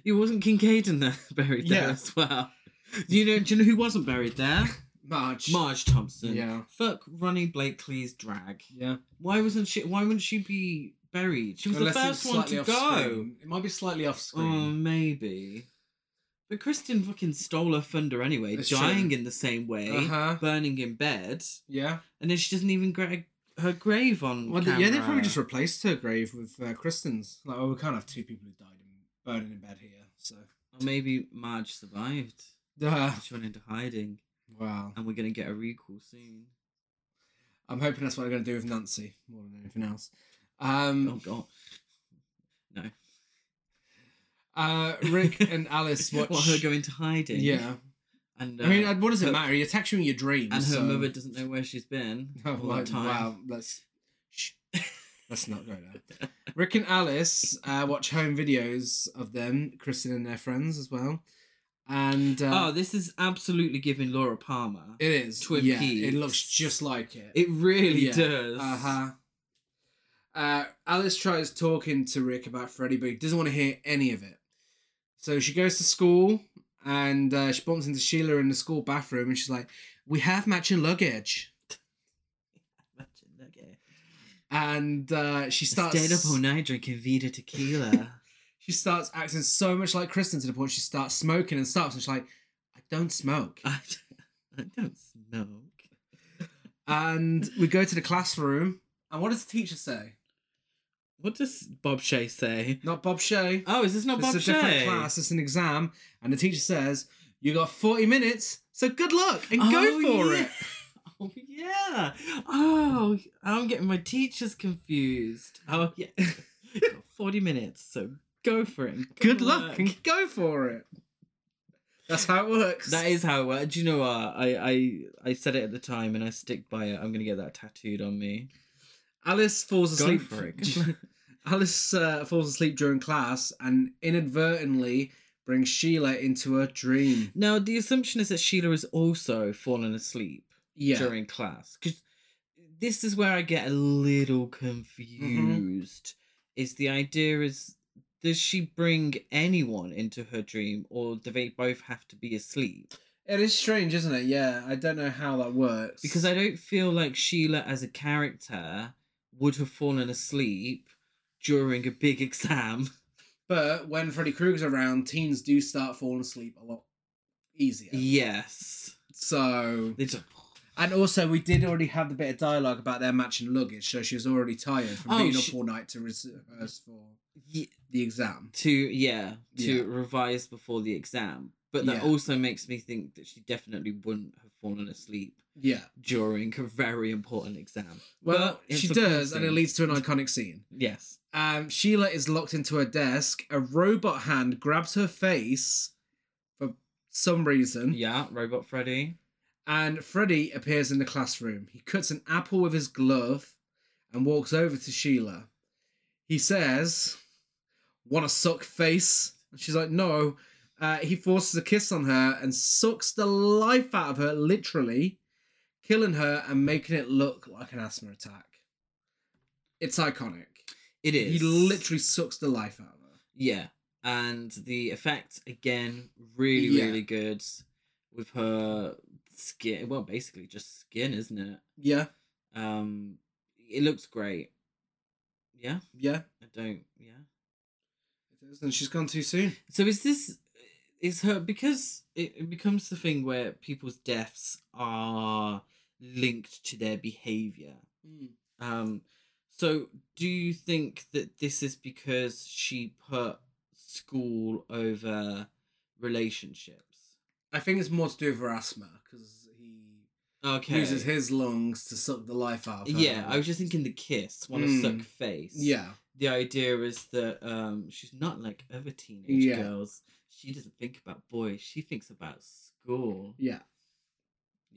it wasn't kincaid in there (laughs) buried there Yeah. as well do you know do you know who wasn't buried (laughs) there Marge. Marge Thompson. Yeah. Fuck Ronnie Blakely's drag. Yeah. Why wasn't she? Why wouldn't she be buried? She was the Unless first it's one to slightly go. off screen. It might be slightly off Oh, screen. maybe. But Kristen fucking stole her thunder anyway, That's dying true. in the same way, Uh-huh. burning in bed, yeah. and then she doesn't even get her grave on Well, they- camera. yeah, they probably just replaced her grave with uh, Kristen's. Like, oh, we can't have two people who died and burning in bed here. So. Or maybe Marge survived. Duh. (laughs) She went into hiding, Wow. and we're gonna get a recall soon. I'm hoping that's what they're going to do with Nancy more than anything else. Um, Oh god. No. uh, (laughs) Rick and Alice watch. What Oh. her go into hiding? yeah. And I mean, uh, what does it her- matter? You attack you in your dreams. And her so- (laughs) mother doesn't know where she's been Oh, all the like, time. Wow, let's (laughs) shh, let's not go there. Rick and Alice uh, watch home videos of them, Kristen and their friends as well, and uh, Oh, this is absolutely giving Laura Palmer. It, it is Twin yeah, Peaks. it looks just like it. really Yeah. does. Uh-huh. Uh Alice tries talking to Rick about Freddy, but he doesn't want to hear any of it. So she goes to school and uh, she bumps into Sheila in the school bathroom, and she's like, "We have matching luggage." Imagine that game. And uh, she starts Stayed up all night drinking Vita tequila. (laughs) (laughs) she starts acting so much like Kristen to the point she starts smoking and stops, and she's like, "I don't smoke." I, don't- I don't smoke. and we go to the classroom, and what does the teacher say? What does Bob Shay say? Not Bob Shay. Oh, is this not Bob it's a different Shay? class. It's an exam, and the teacher says you got forty minutes, so good luck and Oh, go for yeah. it. Oh yeah. (laughs) Oh, I'm getting my teachers confused. Oh (laughs) yeah. Got Forty minutes, so go for it. and Good luck and go for it. That's how it works. That is how it works. Do you know what? I, I I said it at the time, and I stick by it. I'm gonna get that tattooed on me. Alice falls Go asleep. (laughs) for it. Good luck. Alice uh, falls asleep during class and inadvertently brings Sheila into her dream. now the assumption is that Sheila has also fallen asleep Yeah. during class because this is where I get a little Mm-hmm. confused. Is the idea is does she bring anyone into her dream, or do they both have to be asleep? It is strange, isn't it? Yeah, I don't know how that works. Because I don't feel like Sheila as a character would have fallen asleep during a big (laughs) exam. But when Freddy Krueger's around, teens do start falling asleep a lot easier. Yes. So. They (sighs) just, And also, we did already have the bit of dialogue about their matching luggage, so she was already tired from Oh, being she- up all night to rehearse for Ye- the exam. to yeah to Yeah. revise before the exam but that Yeah. also makes me think that she definitely wouldn't have fallen asleep Yeah. during a very important exam Well, But she it's a does, and it person. leads to an iconic scene. yes Um, Sheila is locked into her desk. A robot hand grabs her face for some reason, yeah robot freddy and Freddy appears in the classroom. He cuts an apple with his glove and walks over to Sheila. He says, "Want to suck face?" And she's like, "No." Uh, he forces a kiss on her and sucks the life out of her, literally, killing her and making it look like an asthma attack. It's iconic. it is He literally sucks the life out of her. yeah and the effect again really Yeah. really good with her skin well basically just skin isn't it Yeah, um it looks great yeah yeah. i don't yeah It is, and she's gone too soon. So is this is her because it it becomes the thing where people's deaths are linked to their behavior. Hmm. Um so do you think that this is because she put school over relationships? I think it's more to do with her asthma because he Okay. uses his lungs to suck the life out of her. yeah, I was just thinking the kiss, want to Mm. suck face. Yeah, The idea is that um she's not like other teenage Yeah. girls. She doesn't think about boys. She thinks about school. yeah.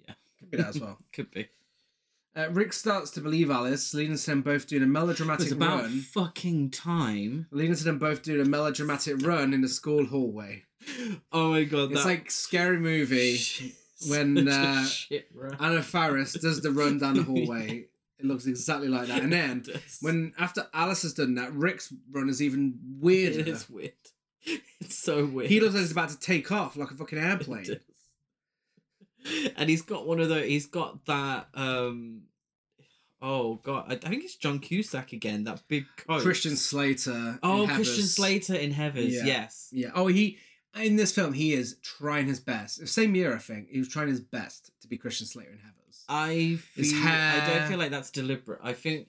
Yeah. Could be that (laughs) as well. Could be. Uh, Rick starts to believe Alice. Lena and them both doing a melodramatic It's about run. fucking time. (laughs) Lena and them both doing a melodramatic run in the school hallway. Oh my god, It's that like scary movie. (laughs) when, such a uh, shit run. Anna Faris does the run down (laughs) the hallway. It looks exactly like that. And then That's- when after Alice has done that, Rick's run is even it weirder. is weird. (laughs) It's so weird. (laughs) He looks like he's about to take off like a fucking airplane. It does. And he's got one of those. He's got that. um Oh god, I I think it's John Cusack again. That big coat. Christian Slater. Oh, in Christian Heathers. Slater in Heavers. Yeah. Yes. Yeah. Oh, he in this film he is trying his best. Same year, I think. He was trying his best to be Christian Slater in Heathers. I feel, His I don't hair. feel like that's deliberate. I think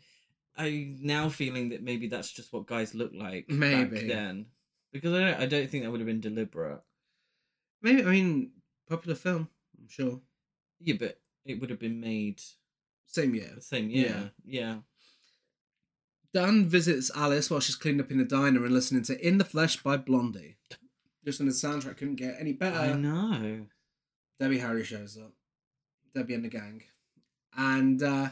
I'm now feeling that maybe that's just what guys look like Maybe. back then. Because I don't I don't think that would have been deliberate. Maybe I mean popular film. I'm sure. Yeah, but it would have been made Same year. the same Yeah. year. Yeah. Dan visits Alice while she's cleaning up in the diner and listening to "In the Flesh" by Blondie. Just on the soundtrack, couldn't get any I better. know. Debbie Harry shows up. Debbie and the gang, and uh,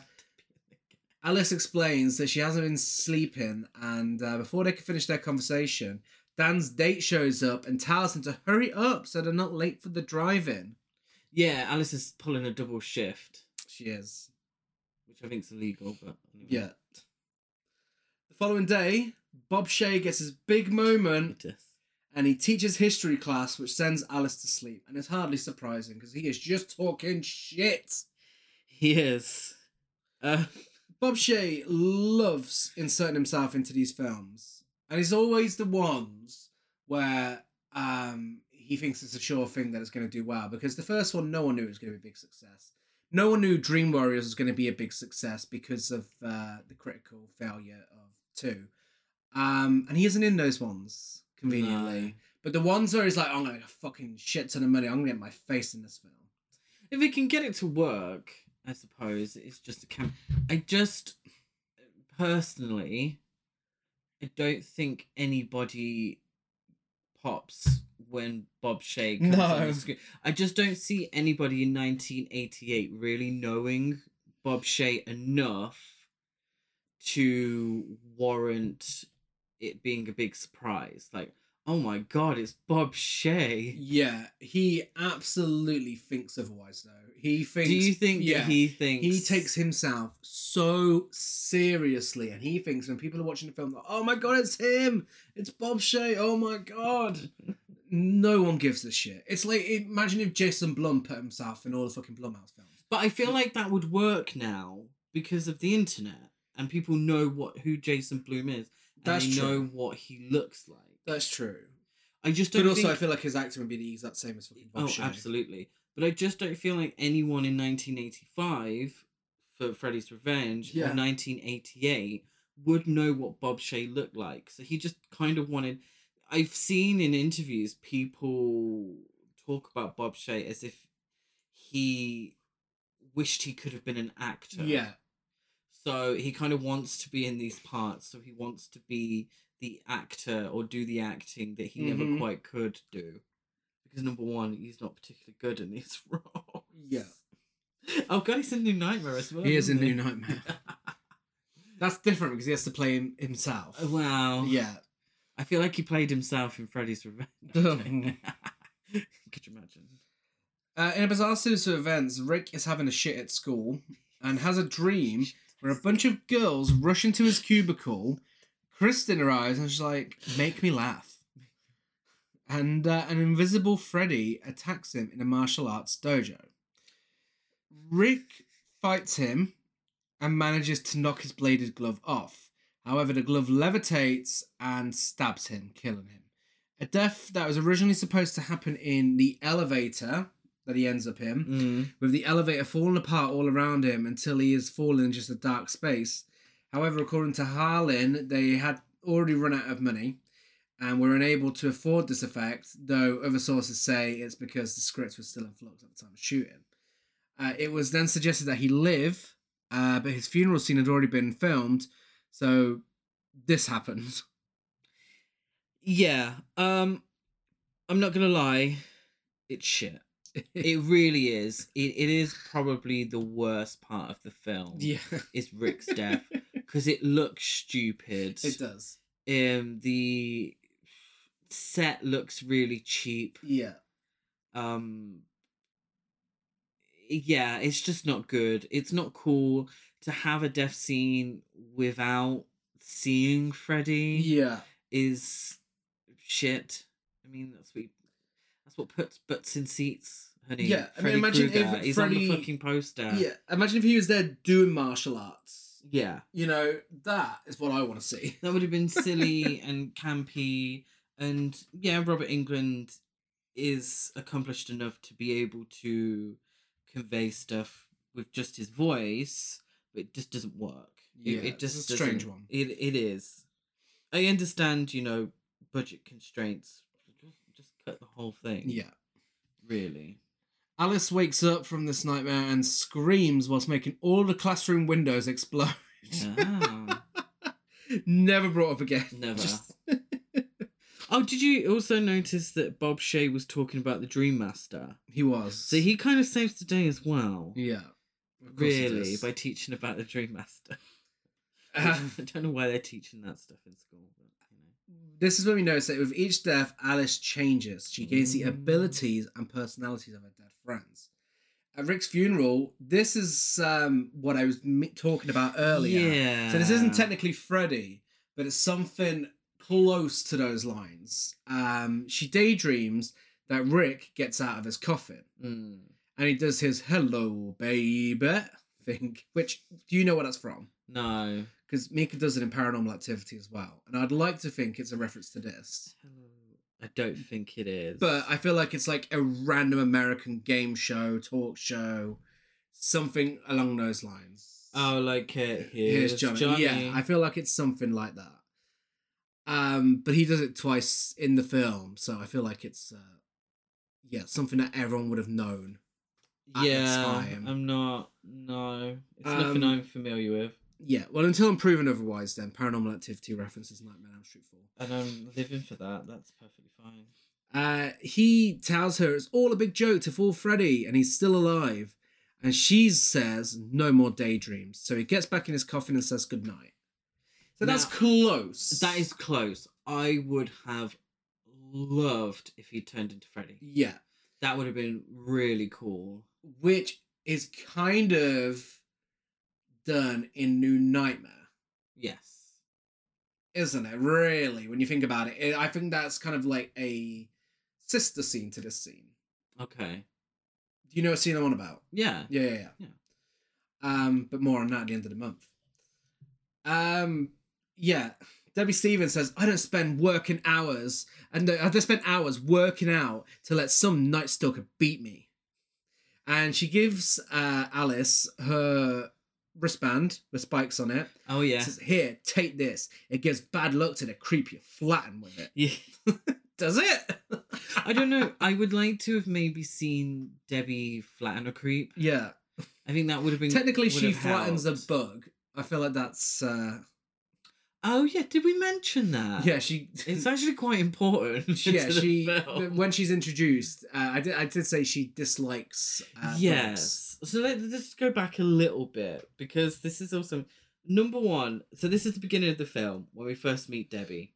Alice explains that she hasn't been sleeping, and uh, before they can finish their conversation, Dan's date shows up and tells him to hurry up so they're not late for the drive-in. Yeah, Alice is pulling a double shift, She is, which I think's illegal, but anyway. yeah. The following day, Bob Shay gets his big moment, It is. and he teaches history class, which sends Alice to sleep. And it's hardly surprising because he is just talking shit. He is. Uh, Bob Shay loves inserting himself into these films, and it's always the ones where um, he thinks it's a sure thing that it's going to do well. Because the first one, no one knew it was going to be a big success. No one knew Dream Warriors was going to be a big success because of uh, the critical failure of two. Um, and he isn't in those ones, conveniently. But the ones where he's like, "Oh, I'm gonna make a fucking shit ton of money, I'm gonna get my face in this film. if he can get it to work, I suppose it's just a cam. I just personally, I don't think anybody pops when Bob Shay comes on No. the screen. I just don't see anybody in 1988 really knowing Bob Shay enough to warrant it being a big surprise. Like, oh my god, it's Bob Shay. Yeah, he absolutely thinks otherwise though. He thinks Do you think that he thinks he takes himself so seriously and he thinks when people are watching the film oh my god it's him it's bob shay oh my (laughs) god no one gives a shit it's like imagine if jason blum put himself in all the fucking blumhouse films But I feel like that would work now because of the internet and people know what who Jason Bloom is and That's they know true. what he looks like. that's true I just don't but also think... i feel like his acting would be the exact same as fucking bob Oh, shay absolutely. But I just don't feel like anyone in 1985 for Freddy's Revenge or Yeah. 1988 would know what Bob Shay looked like. So he just kind of wanted. I've seen in interviews people talk about Bob Shay as if he wished he could have been an actor. yeah So he kind of wants to be in these parts. So he wants to be the actor or do the acting that he never Mhm. quite could do. Because number one, he's not particularly good in (laughs) these roles. Yeah. Oh god, he's in New Nightmare as well. he is a isn't new nightmare (laughs) that's different because he has to play him himself Oh, Wow. yeah I feel like he played himself in Freddy's (laughs) Revenge. (laughs) could you imagine? Uh, in a bizarre series of events, Rick is having a shit at school and has a dream where a bunch of girls rush into his cubicle. Kristen arrives and she's like, "Make me laugh." And uh, an invisible Freddy attacks him in a martial arts dojo. Rick fights him and manages to knock his bladed glove off. However, the glove levitates and stabs him, killing him. A death that was originally supposed to happen in the elevator that he ends up in, Mm. with the elevator falling apart all around him until he is falling in just a dark space. However, according to Harlan, they had already run out of money and were unable to afford this effect, though other sources say it's because the script was still in flux at the time of shooting. Uh, it was then suggested that he live, uh, but his funeral scene had already been filmed, so this happened. Yeah. (laughs) Um I'm not gonna lie, it's (laughs) shit. it really is. It, it is probably the worst part of the film. Is Rick's death because it looks stupid. it does. Um, the set looks really cheap. Yeah. Um, yeah, it's just not good. It's not cool to have a death scene without seeing Freddy. Yeah. Is shit. I mean, that's what you, that's what puts butts in seats, honey. Yeah, I mean, Freddy imagine if Krueger. He's on the Freddy- fucking poster. Yeah. Imagine if he was there doing martial arts. Yeah, You know, that is what I want to see. (laughs) that would have been silly and campy. And yeah, Robert England is accomplished enough to be able to convey stuff with just his voice, but it just doesn't work. It- Yeah, it, it's just a strange doesn't- one. It it is. I understand, you know, budget constraints. Just, just cut the whole thing. Yeah. really. Alice wakes up from this nightmare and screams whilst making all the classroom windows explode. (laughs) Ah, Never brought up again. never. Just- Oh, did you also notice that Bob Shay was talking about the Dream Master? he was. So he kind of saves the day as well. Yeah. Of course he Really, does. by teaching about the Dream (laughs) Master. Uh, I don't know why they're teaching that stuff in school, but you know. (laughs) this is when we notice that with each death, Alice changes. She gains the Mm. abilities and personalities of her dead friends. At Rick's funeral, this is um, what I was m- talking about earlier. Yeah. So this isn't technically Freddy, but it's something close to those lines. Um, she daydreams that Rick gets out of his coffin Mm. and he does his "Hello, baby" thing. Which do you know what that's from? No. Because Mika does it in Paranormal Activity as well, and I'd like to think it's a reference to this. I don't think it is. Mm. But I feel like it's like a random American game show, talk show, something along those lines. oh, like uh, here's, Here's Johnny. Johnny. Yeah, I feel like it's something like that. Um, but he does it twice in the film, so I feel like it's uh, yeah something that everyone would have known. at the yeah, time. I'm not. No, it's nothing Um, I'm familiar with, Yeah, well, until I'm proven otherwise, then Paranormal Activity references Nightmare on Elm Street Four. and I'm living for that. That's perfectly fine. Uh, he tells her it's all a big joke to fool Freddy, and he's still alive. And she says no more daydreams. So he gets back in his coffin and says goodnight. So that's Now- close. That is close. I would have loved if he turned into Freddy. yeah. That would have been really cool. which is kind of done in New Nightmare, Yes. isn't it? Really, when you think about it, it I think that's kind of like a sister scene to this scene. Okay. Do you know what scene I'm on about? Yeah. Yeah, yeah, yeah. Yeah. Um, but more on that at the end of the month. Um, yeah. Debbie Stevens says, I don't spend working hours, and I don't spend hours working out to let some night stalker beat me. And she gives uh, Alice her wristband with spikes on it. Oh yeah. Says, Here, take this. It gives bad luck to the creep you flatten with it. Yeah. Does it? I don't know. I would like to have maybe seen Debbie flatten a creep. (laughs) yeah. I think that would have been Technically, would she have flattens helped. a bug. I feel like that's. Uh, Oh yeah, did we mention that? yeah, she. It's actually quite important. (laughs) (laughs) yeah, to the she film. when she's introduced, uh, I did I did say she dislikes. Uh, books. yes. So let, let's just go back a little bit because this is also number one. So this is the beginning of the film when we first meet Debbie.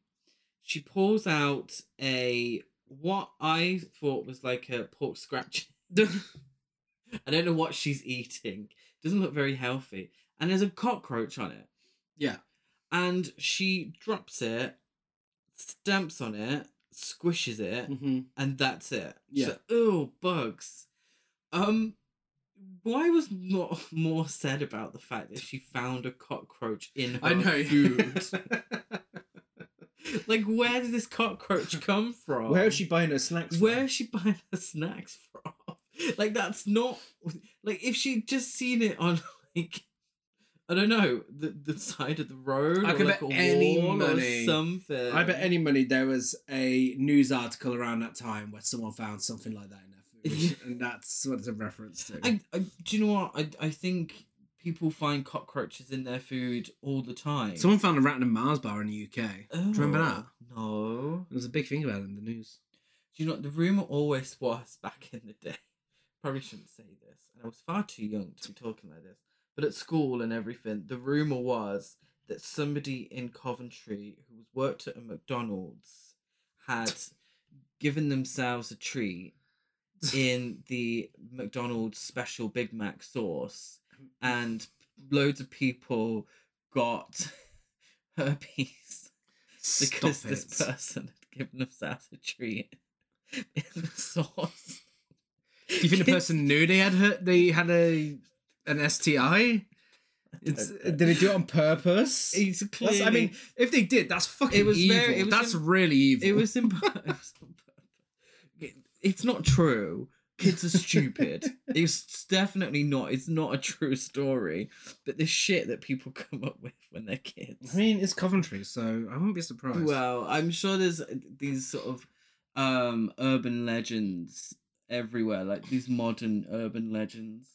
She pulls out a what I thought was like a pork scratch. (laughs) I don't know what she's eating. Doesn't look very healthy, and there's a cockroach on it. Yeah. And she drops it, stamps on it, squishes it, hmm and that's it. Yeah. So, oh, bugs. Um, why was not more (laughs) said about the fact that she found a cockroach in her I know. food? (laughs) (laughs) like, where did this cockroach come from? Where is she buying her snacks? From? Where is she buying her snacks from? (laughs) Like, that's not like if she'd just seen it on (laughs) like. I don't know the the side of the road I or could like bet a any wall money- or something. I bet any money there was a news article around that time where someone found something like that in their (laughs) food, and that's what it's a reference to. I, I do you know what I, I think people find cockroaches in their food all the time. Someone found a rat in a Mars bar in the UK. oh, you remember that? No. There was a big thing about it in the news. Do you know what the rumor always was back in the day? (laughs) Probably shouldn't say this, and I was far too young to be talking like this. But at school and everything, the rumor was that somebody in Coventry who was worked at a McDonald's had given themselves a treat in the McDonald's special Big Mac sauce, and loads of people got (laughs) herpes Stop because it! this person had given themselves a treat in the sauce. Do you think the person knew they had hurt, they had a an STI? It's, did they do it on purpose? It's That's- clearly. I mean, if they did, that's fucking It was evil. very- it was that's in- really evil. it was (laughs) in. it was on purpose. It's not true. Kids are stupid. it's definitely not. It's not a true story. But the shit that people come up with when they're kids. I mean, it's Coventry, so I wouldn't be surprised. Well, I'm sure there's uh, these sort of um urban legends everywhere, like these modern urban legends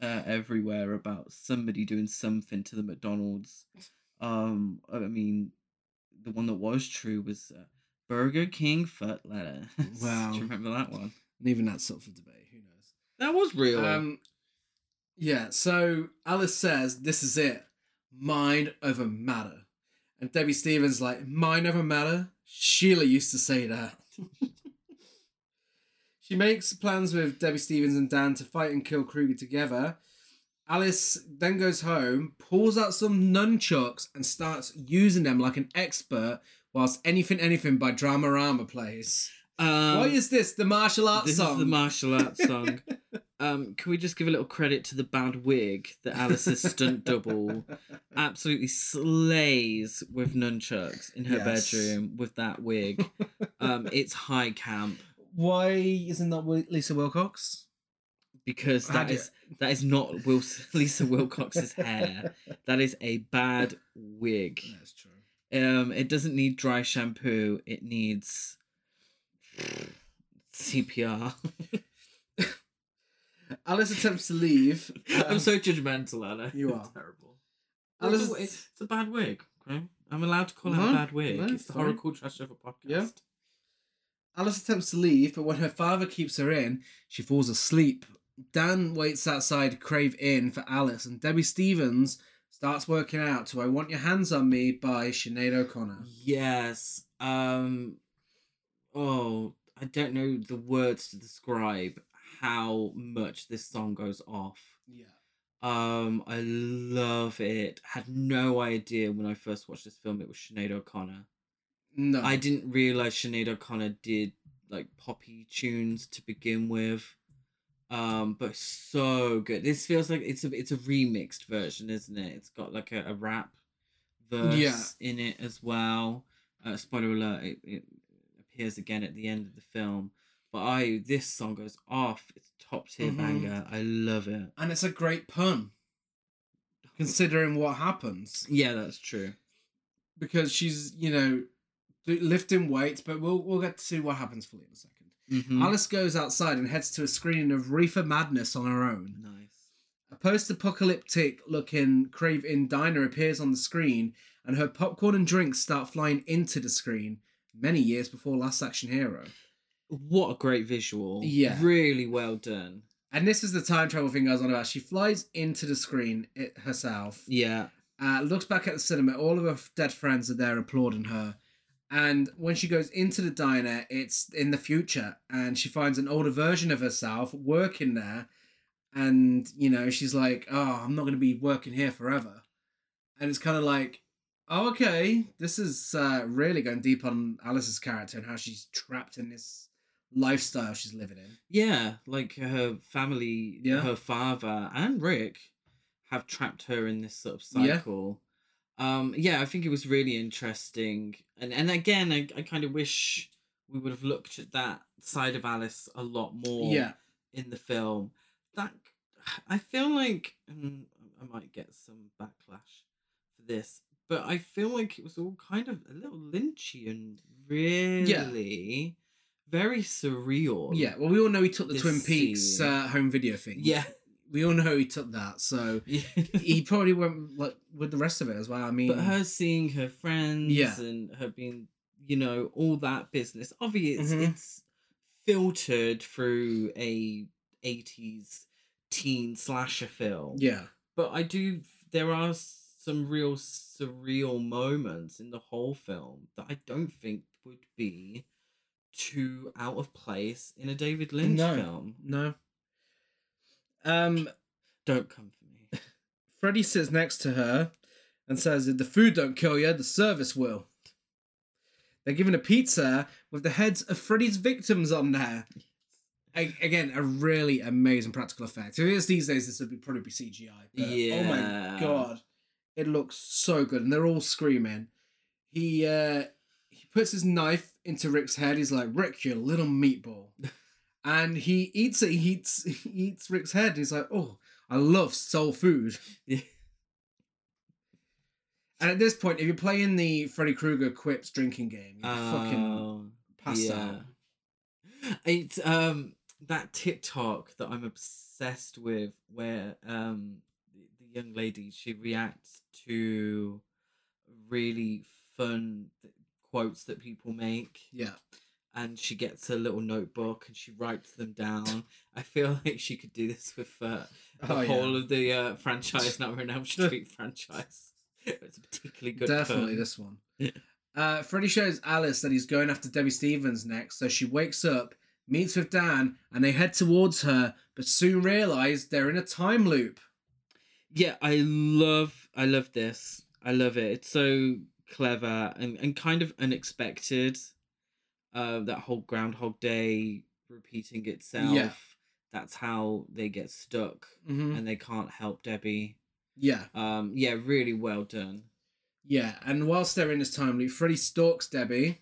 uh, everywhere about somebody doing something to the McDonald's. Um, I mean, the one that was true was uh, Burger King foot lettuce. Wow. (laughs) Do you remember that one? and even that's up for debate. Who knows? That was real. Um, yeah, so Alice says, This is it. Mind over matter. And Debbie Stevens, like, mind over matter? Sheila used to say that. (laughs) she makes plans with Debbie Stevens and Dan to fight and kill Kruger together. Alice then goes home, pulls out some nunchucks, and starts using them like an expert whilst Anything Anything by Dramarama plays. Um, Why is this the martial arts this song? is the martial arts (laughs) song. Um, can we just give a little credit to the bad wig that Alice's (laughs) stunt double absolutely slays with nunchucks in her Yes. bedroom with that wig. (laughs) um, it's high camp Why isn't that Wi- Lisa Wilcox? because How that do you- is that is not (laughs) Wilson, Lisa Wilcox's hair. That is a bad wig. That's true. Um, it doesn't need dry shampoo. It needs CPR. Alice attempts to leave. I'm um, so judgmental, Anna. (laughs) You It's are. terrible. Alice- It's a- it's a bad wig. Okay? I'm allowed to call No, it a bad wig. no, it's it's the fine. horrible trash of a podcast. Yeah. Alice attempts to leave, but when her father keeps her in, she falls asleep. Dan waits outside Crave Inn for Alice, and Debbie Stevens starts working out to I Want Your Hands on Me by Sinead O'Connor. Yes. Um. Oh, I don't know the words to describe how much this song goes off. Yeah. Um, I love it. Had no idea when I first watched this film it was Sinead O'Connor. (laughs) No. I didn't realize Sinead O'Connor did like poppy tunes to begin with. Um, but so good. This feels like it's a it's a remixed version, isn't it? It's got like a, a rap verse Yeah. in it as well. Uh, spoiler alert: it, it appears again at the end of the film. But I this song goes off. It's top tier Mhm. banger. I love it. and it's a great pun, considering what happens. Yeah, that's true. Because she's, you know, do- lifting weights, but we'll, we'll get to see what happens fully in a 2nd Mhm. Alice goes outside and heads to a screening of Reefer Madness on her own. Nice. A post apocalyptic looking Crave Inn diner appears on the screen, and her popcorn and drinks start flying into the screen many years before Last Action Hero. What a great visual. Yeah. Really well done. And this is the time travel thing I was on about. She flies into the screen it, herself, Yeah. uh, looks back at the cinema, all of her f- dead friends are there applauding her. And when she goes into the diner, it's in the future, and she finds an older version of herself working there. And, you know, she's like, oh, I'm not going to be working here forever. And it's kind of like, oh, okay, this is uh, really going deep on Alice's character and how she's trapped in this lifestyle she's living in. Yeah, like her family, Yeah. her father and Rick have trapped her in this sort of Yeah. cycle. Um, yeah, I think it was really interesting. And and again, I, I kind of wish we would have looked at that side of Alice a lot more Yeah. in the film. That I feel like um, I might get some backlash for this, but I feel like it was all kind of a little Lynchian, really, very surreal. Yeah. Well, we all know he took the This Twin Peaks scene. uh, home video thing. (laughs) (laughs) Yeah. We all know he took that. So. he probably went like with the rest of it as well. I mean, but her seeing her friends Yeah. and her being, you know, all that business. Obviously, it's, Mhm. it's filtered through a 80s teen slasher film. yeah, But I do, there are some real surreal moments in the whole film that I don't think would be too out of place in a David Lynch No. film. no. Um, Don't come for me. Freddy sits next to her and says, "If the food don't kill you, the service will." They're given a pizza with the heads of Freddy's victims on there. A- again, a really amazing practical effect. If it is these days, this would be probably be CGI. But, (laughs) Oh my Yeah. god, it looks so good, and they're all screaming. He uh, he puts his knife into Rick's head. He's like, "Rick, you (laughs) little meatball," and he eats it. He eats (laughs) he eats Rick's head. he's like, "Oh, I love soul food." Yeah. And at this point, if you're playing the Freddy Krueger quips drinking game, you fucking Oh. pass out. It's um that TikTok that I'm obsessed with, where um the young lady she reacts to really fun quotes that people make, Yeah. and she gets a little notebook and she writes them down. I feel (laughs) like she could do this with uh, the Oh, yeah. whole of the uh, franchise, Nightmare on Elm (laughs) Street franchise. (laughs) It's a particularly good. Definitely pun. this one. Yeah. Uh, Freddy shows Alice that he's going after Debbie Stevens next, so she wakes up, meets with Dan, and they head towards her, but soon realize they're in a time loop. yeah i love i love this i love it it's so clever and, and kind of unexpected uh that whole groundhog day repeating itself that's how they get stuck Mm-hmm. and they can't help debbie Yeah, um yeah really well done yeah. And whilst they're in this time loop, Freddy stalks Debbie,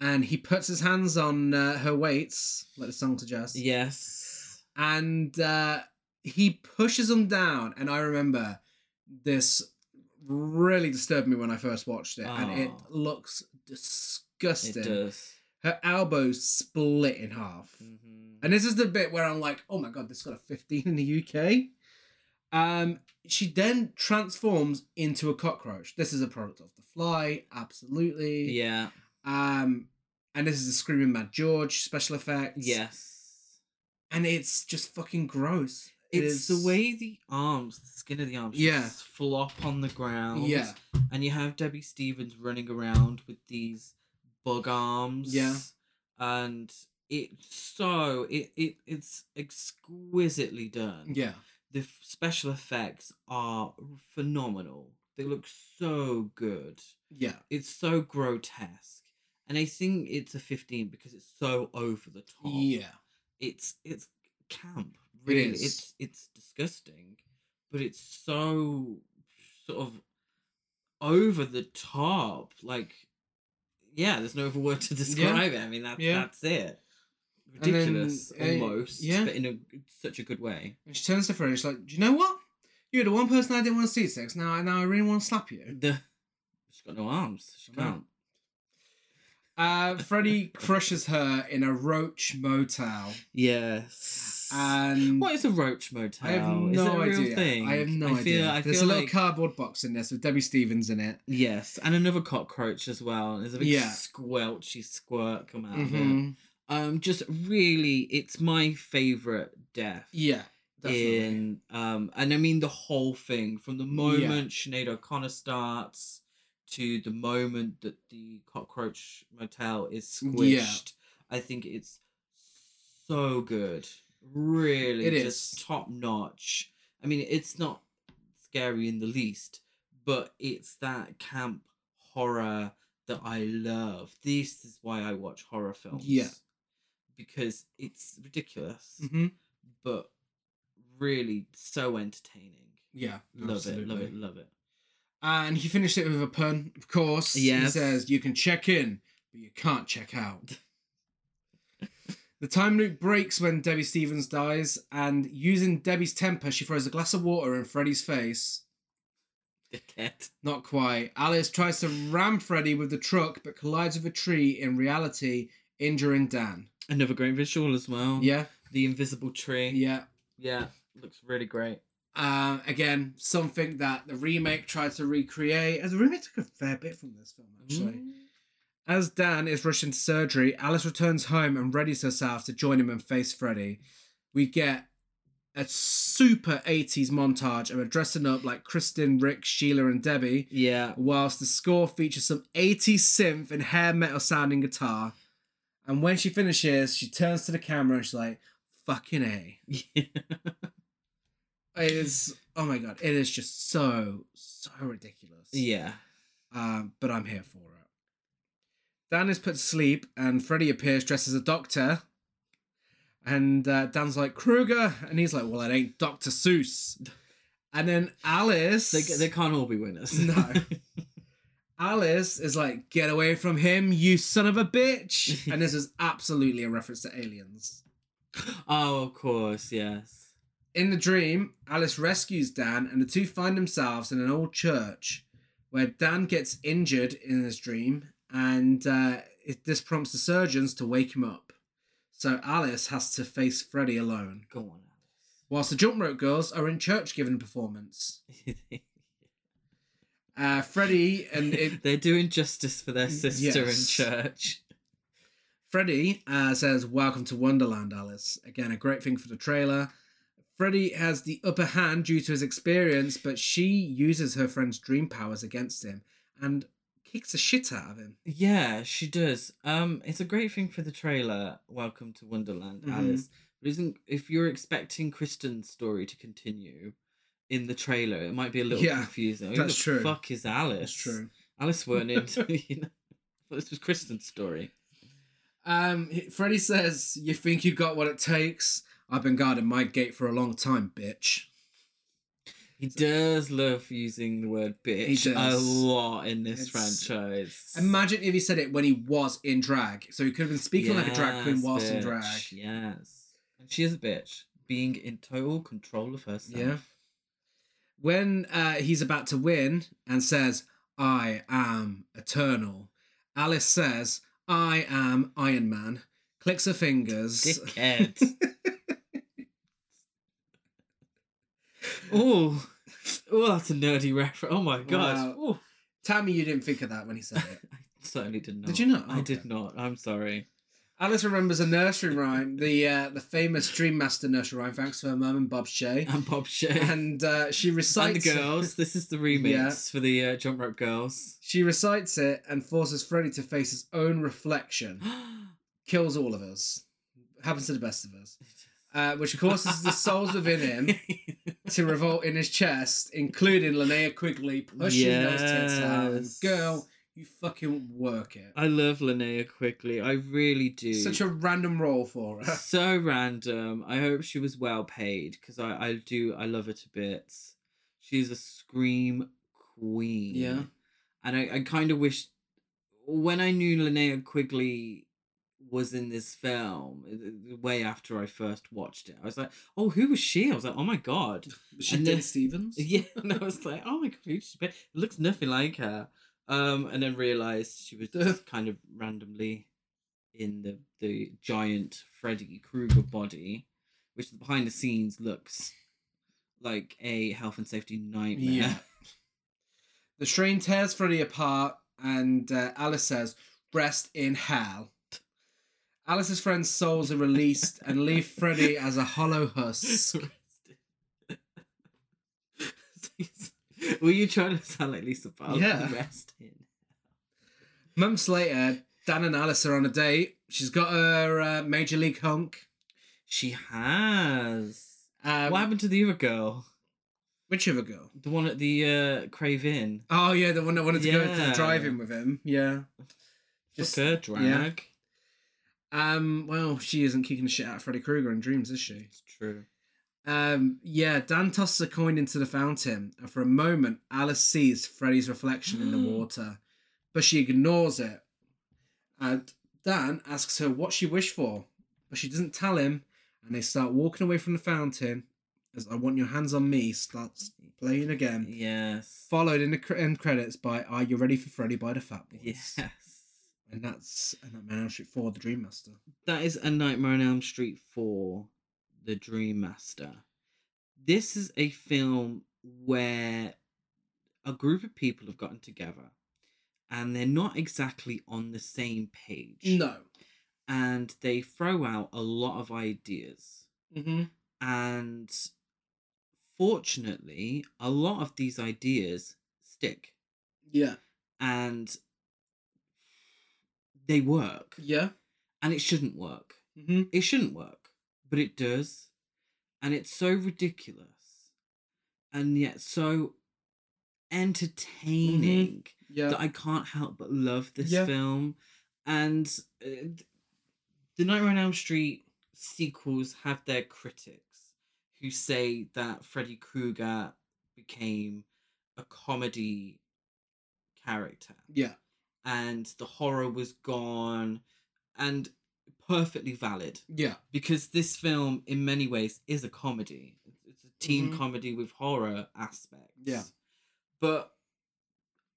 and he puts his hands on uh, her weights, like the song suggests. yes and uh, he pushes them down. And I remember this really disturbed me when I first watched it, and it Oh. looks disgusting. It does. Her elbow's split in half. Mhm. And this is the bit where I'm like, oh my god, this got a 15 in the UK. Um, she then transforms into a cockroach. This is a product of the fly, absolutely. Yeah. Um, and this is the screaming mad George special effects. Yes. And it's just fucking gross. It it's is- the way the arms, the skin of the arms, Yeah. just flop on the ground. Yeah. And you have Debbie Stevens running around with these bug arms. Yeah. And it's so it, it it's exquisitely done. Yeah. The f- special effects are phenomenal. They look so good. Yeah. It's so grotesque. And I think it's a 15 because it's so over the top Yeah. it's it's camp. Really, is. it's it's disgusting, but it's so sort of over the top. Like, yeah, there's no other word to describe it. I mean, that's Yeah. that's it. then, Ridiculous, uh, almost. yeah. but in a g- such a good way. And she turns to Freddy and she's like, Do you know what? You're the one person I didn't want to see sex. Now, I- now I really want to slap you. The she's got no arms. She I know. can't. Uh, Freddy crushes her in a roach motel. Yes. And what is a roach motel? Um, I have is it no a real idea. Thing? I have no feel, idea. I feel There's a little like- cardboard box in this with Debbie Stevens in it. Yes, and another cockroach as well. There's a big Yeah. squelchy squirt come out of it. Mhm. Um, just really, it's my favorite death. Yeah, definitely. In um, and I mean the whole thing from the moment Sinead O'Connor starts to the moment that the cockroach motel is squished. Yeah. I think it's so good. Really, It is. just top notch. I mean, it's not scary in the least, but it's that camp horror that I love. This is why I watch horror films. Because it's ridiculous, Mhm. but really so entertaining. Yeah, Love absolutely. it, love it, love it. And he finished it with a pun, of course. He Yes. says, You can check in, but you can't check out. the time loop breaks when Debbie Stevens dies, and using Debbie's temper, she throws a glass of water in Freddy's face. Dickhead. Not quite. Alice tries to ram Freddy with the truck, but collides with a tree in reality, injuring Dan. Another great visual as well. Yeah, The invisible tree. yeah. Yeah. Looks really great. Um, again, something that the remake tried to recreate. As the remake took a fair bit from this film, actually. Mm. As Dan is rushed into surgery, Alice returns home and readies herself to join him and face Freddy. We get a super 80s montage of her dressing up like Kristen, Rick, Sheila, and Debbie, Yeah. (laughs) whilst the score features some 80s synth and hair metal sounding guitar. And when she finishes, she turns to the camera and she's like, fucking A. It is, oh my God, it is just so, so ridiculous yeah. um, but I'm here for it. Dan is put to sleep, and Freddy appears dressed as a doctor. And uh, Dan's like Kruger, and he's like, "Well, it ain't Doctor Seuss." And then Alice, They, they can't all be winners. No. Alice is like, "Get away from him, you son of a bitch!" and this is absolutely a reference to Aliens. (laughs) oh, of course, yes. In the dream, Alice rescues Dan, and the two find themselves in an old church, where Dan gets injured in his dream, and uh, it, this prompts the surgeons to wake him up. So Alice has to face Freddy alone, Go on, Alice. whilst the jump rope girls are in church giving a performance. Uh, Freddy (laughs) and it, They're doing justice for their sister Yes. in church. Freddy uh, says, Welcome to Wonderland, Alice. Again, a great thing for the trailer. Freddy has the upper hand due to his experience, but she uses her friend's dream powers against him and kicks the shit out of him. Yeah, she does. Um, it's a great thing for the trailer. Welcome to Wonderland, Mhm. Alice. But isn't if you're expecting Kristen's story to continue in the trailer, it might be a little Yeah, confusing. Who that's the true. Fuck is Alice? That's true. Alice (laughs) weren't in. (laughs) you know, but this was Kristen's story. Um, he- Freddy says, You think you got what it takes? I've been guarding my gate for a long time, bitch. He does love using the word bitch a does. lot in this It's- franchise. Imagine if he said it when he was in drag. So he could have been speaking like a drag queen Yes, whilst in bitch, drag. Yes. And she is a bitch, being in total control of herself. Yeah. when uh, he's about to win and says, I am eternal, Alice says, I am Iron Man, clicks her fingers. (laughs) Dickhead. oh, oh, that's a nerdy reference. Oh my god. Wow. Tell me you didn't think of that when he said it. I certainly did not. Did you not? I did Okay. not. I'm sorry. (laughs) Alice remembers a nursery rhyme, the uh, the famous Dream Master nursery rhyme, thanks to her mum and Bob (laughs) Shay. And Bob Shay. And, And uh, she the recites girls. This is the remix (laughs) Yeah. for the uh, Jump Rope Girls. (gasps) She recites it and forces Freddy to face his own (gasps) reflection. Kills all of us. Happens to the best of us. Uh, which causes the souls within (laughs) him (laughs) to revolt in his chest, including Linnea Quigley pushing those tits out. And, Yes. Girl, you fucking work it. I love Linnea quickly. I really do. Such a random role (laughs) for her. so random. I hope she was well paid because I, I do I love her to bits. She's a scream queen. Yeah. and I, I kind of wish when I knew Linnea Quigley was in this film uh, uh, way after I first watched it, I was like, oh, who was she? I was like, oh my god, She (laughs) And did then- Stevens. (laughs) yeah. And I was like, oh my god, who did she play? It looks nothing like her. Um, and then realized she was just kind of randomly in the the giant Freddy Krueger body, which behind the scenes looks like a health and safety nightmare. (laughs) Yeah. The train tears Freddy apart, and uh, Alice says, Rest in hell. Alice's friend's souls are released and (laughs) leave Freddy as a hollow husk. (laughs) Were you trying to sound like Lisa Barlow? Yeah. Rest in. Months later, Dan and Alice are on a date. She's got her uh, major league honk. She has. Um, what happened to the other girl? Which other girl? The one at the uh, Crave Inn. Oh, yeah, the one that wanted to go to the Yeah. drive-in with him. Yeah. Just Just- her drag. Um. Well, she isn't kicking the shit out of Freddy Krueger in dreams, is she? It's true. Um, yeah, Dan tosses a coin into the fountain, and for a moment, Alice sees Freddy's reflection in the water, but she ignores it. And Dan asks her what she wished for, but she doesn't tell him, and they start walking away from the fountain as I Want Your Hands on Me starts playing again, Yes. followed in the cr- end credits by Are You Ready for Freddy by the Fat Boys. (laughs) Yes. And that's and that Man on Street 4, The Dream Master. That is A Nightmare on Elm Street 4, The Dream Master. This is a film where a group of people have gotten together and they're not exactly on the same page. No. And they throw out a lot of ideas. Mm-hmm. And fortunately, a lot of these ideas stick Yeah. and they work. Yeah. And it shouldn't work. Mm-hmm. It shouldn't work, but it does. And it's so ridiculous and yet so Mm-hmm. entertaining Yeah. that I can't help but love this Yeah. film. And uh, th- the Nightmare on Elm Street sequels have their critics who say that Freddy Krueger became a comedy character yeah. and the horror was gone and perfectly valid Yeah. because this film in many ways is a comedy it's a teen Mhm. comedy with horror aspects Yeah. but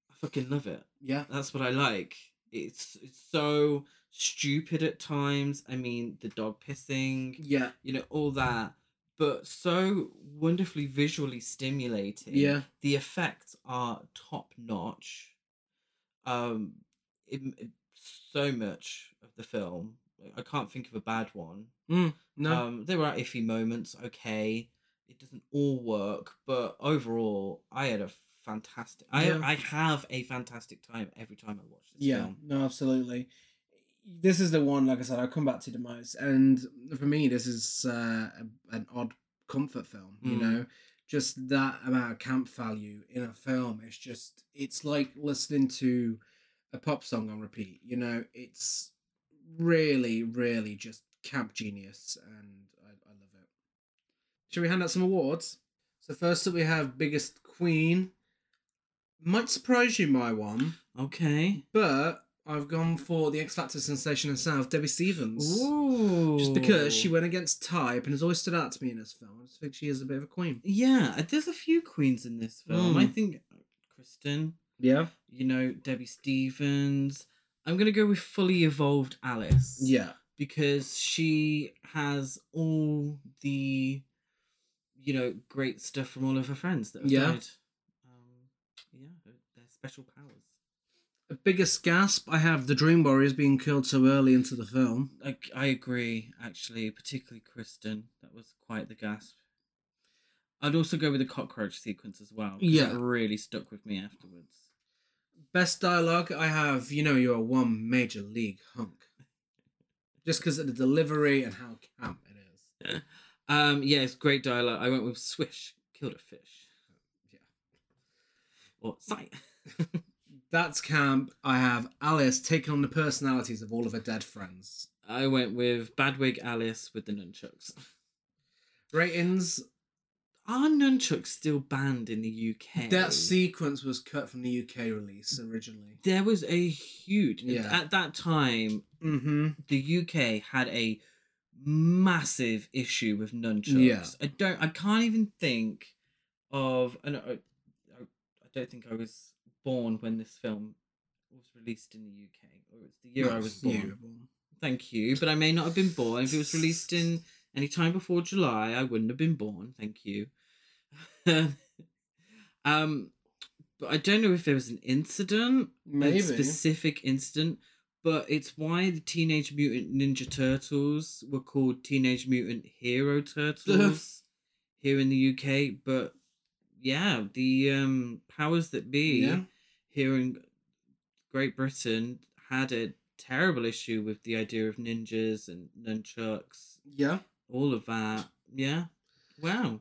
i fucking love it Yeah. that's what I like. It's it's so stupid at times. I mean, the dog pissing, Yeah. you know, all that, but so wonderfully visually stimulating. Yeah. the effects are top notch. Um, it, it- so much of the film, I can't think of a bad one. No. Um, there were iffy moments. Okay, it doesn't all work, but overall, I had a fantastic. I Yeah. I have a fantastic time every time I watch this yeah. film. No, absolutely. This is the one, like I said, I come back to the most, and for me, this is uh, a- an odd comfort film. You Mm. know, just that amount of camp value in a film. It's just, it's like listening to a pop song on repeat. You know, it's really, really just camp genius, and I, I love it. Shall we hand out some awards? So first up, we have biggest queen. Might surprise you, my one. Okay. But I've gone for the X Factor sensation herself, Debbie Stevens. Ooh. Just because she went against type and has always stood out to me in this film. I just think she is a bit of a queen. Yeah, uh, there's a few queens in this film. Mm. I think uh, Kristen, Yeah. you know, Debbie Stevens. I'm going to go with fully evolved Alice. Yeah. Because she has all the, you know, great stuff from all of her friends that have Yeah. died. Um, yeah, her- their special powers. A biggest gasp, I have the Dream Warriors being killed so early into the film. I, I agree, actually, particularly Kristen. That was quite the gasp. I'd also go with the cockroach sequence as well. 'cause Yeah. It really stuck with me afterwards. Best dialogue, I have, you know, you're one major league hunk. Just because of the delivery and how camp it is. Um, yeah, it's great dialogue. I went with swish, killed a fish. Yeah. Or sight. (laughs) That's camp. I have Alice taking on the personalities of all of her dead friends. I went with Badwig Alice with the nunchucks. Ratings, Are nunchucks still banned in the UK? That sequence was cut from the UK release originally. There was a huge. Yeah. At that time, Mm-hmm. the UK had a massive issue with nunchucks. Yeah. I don't. I can't even think of. And I, I, I don't think I was born when this film was released in the UK. Or it's the year I was born. Thank you, but I may not have been born if it was released in any time before July. I wouldn't have been born. Thank you. (laughs) um, but I don't know if there was an incident Maybe. a specific incident, but it's why the Teenage Mutant Ninja Turtles were called Teenage Mutant Hero Turtles (laughs) here in the UK. But yeah, the um, powers that be Yeah. here in Great Britain had a terrible issue with the idea of ninjas and nunchucks, Yeah. all of that. Yeah. Wow.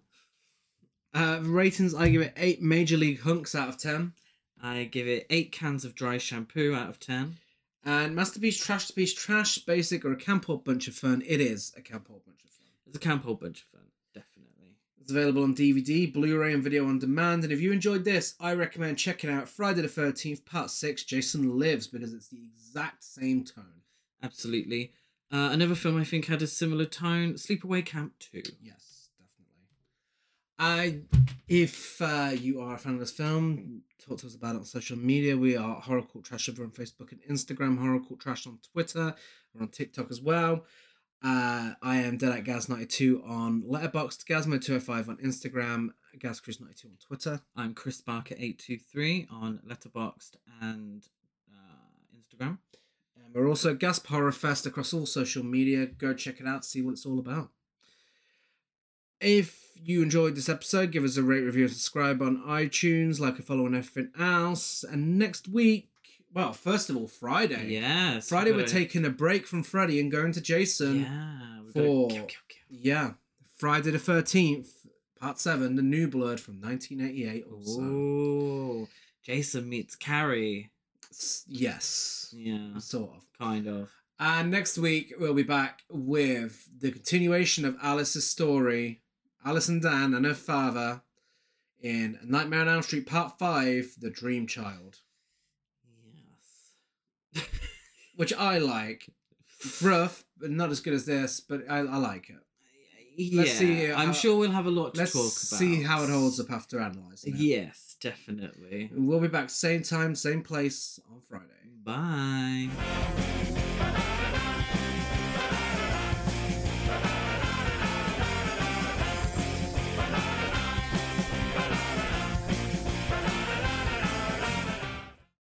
Uh, ratings, I give it eight Major League hunks out of ten. I give it eight cans of dry shampoo out of ten. And masterpiece, trash to piece, trash, basic, or a camp hole bunch of fun. It is a camp hole bunch of fun. It's a camp whole bunch of fun, definitely. It's available on DVD, Blu-ray, and video on demand. And if you enjoyed this, I recommend checking out Friday the Thirteenth Part Six: Jason Lives because it's the exact same tone. Absolutely. Uh, another film I think had a similar tone, Sleepaway Camp 2. Yes, definitely. I, if uh, you are a fan of this film, talk to us about it on social media. We are Horror Cult Trash over on Facebook and Instagram, Horror Cult Trash on Twitter. We're on TikTok as well. Uh, I am Dead at Gaz92 on Letterboxd, Gazmo205 on Instagram, GazCruise92 on Twitter. I'm Chris Barker823 on Letterboxd and uh, Instagram. And we're also at Gasp Horror Fest across all social media. Go check it out, see what it's all about. If you enjoyed this episode, give us a rate, review, and subscribe on iTunes, like and follow on everything else. And next week, well, first of all, Friday. Yes. Friday, we're gotta- taking a break from Freddy and going to Jason. Yeah. we've gotta for- kill, kill, kill. Yeah. Friday the 13th, part seven, The New Blood from 1988. Also. Ooh. Jason meets Carrie. S- Yes. Yeah. Sort of. Kind of. And next week we'll be back with the continuation of Alice's story, Alice and Dan and her father in Nightmare on Elm Street Part Five, The Dream Child, Yes. (laughs) which I like. It's rough, but not as good as this, but I, I like it. Yeah. see I'm how- sure we'll have a lot to Let's talk about. see how it holds up after analysing it. Yes, definitely. We'll be back same time, same place on Friday. Bye.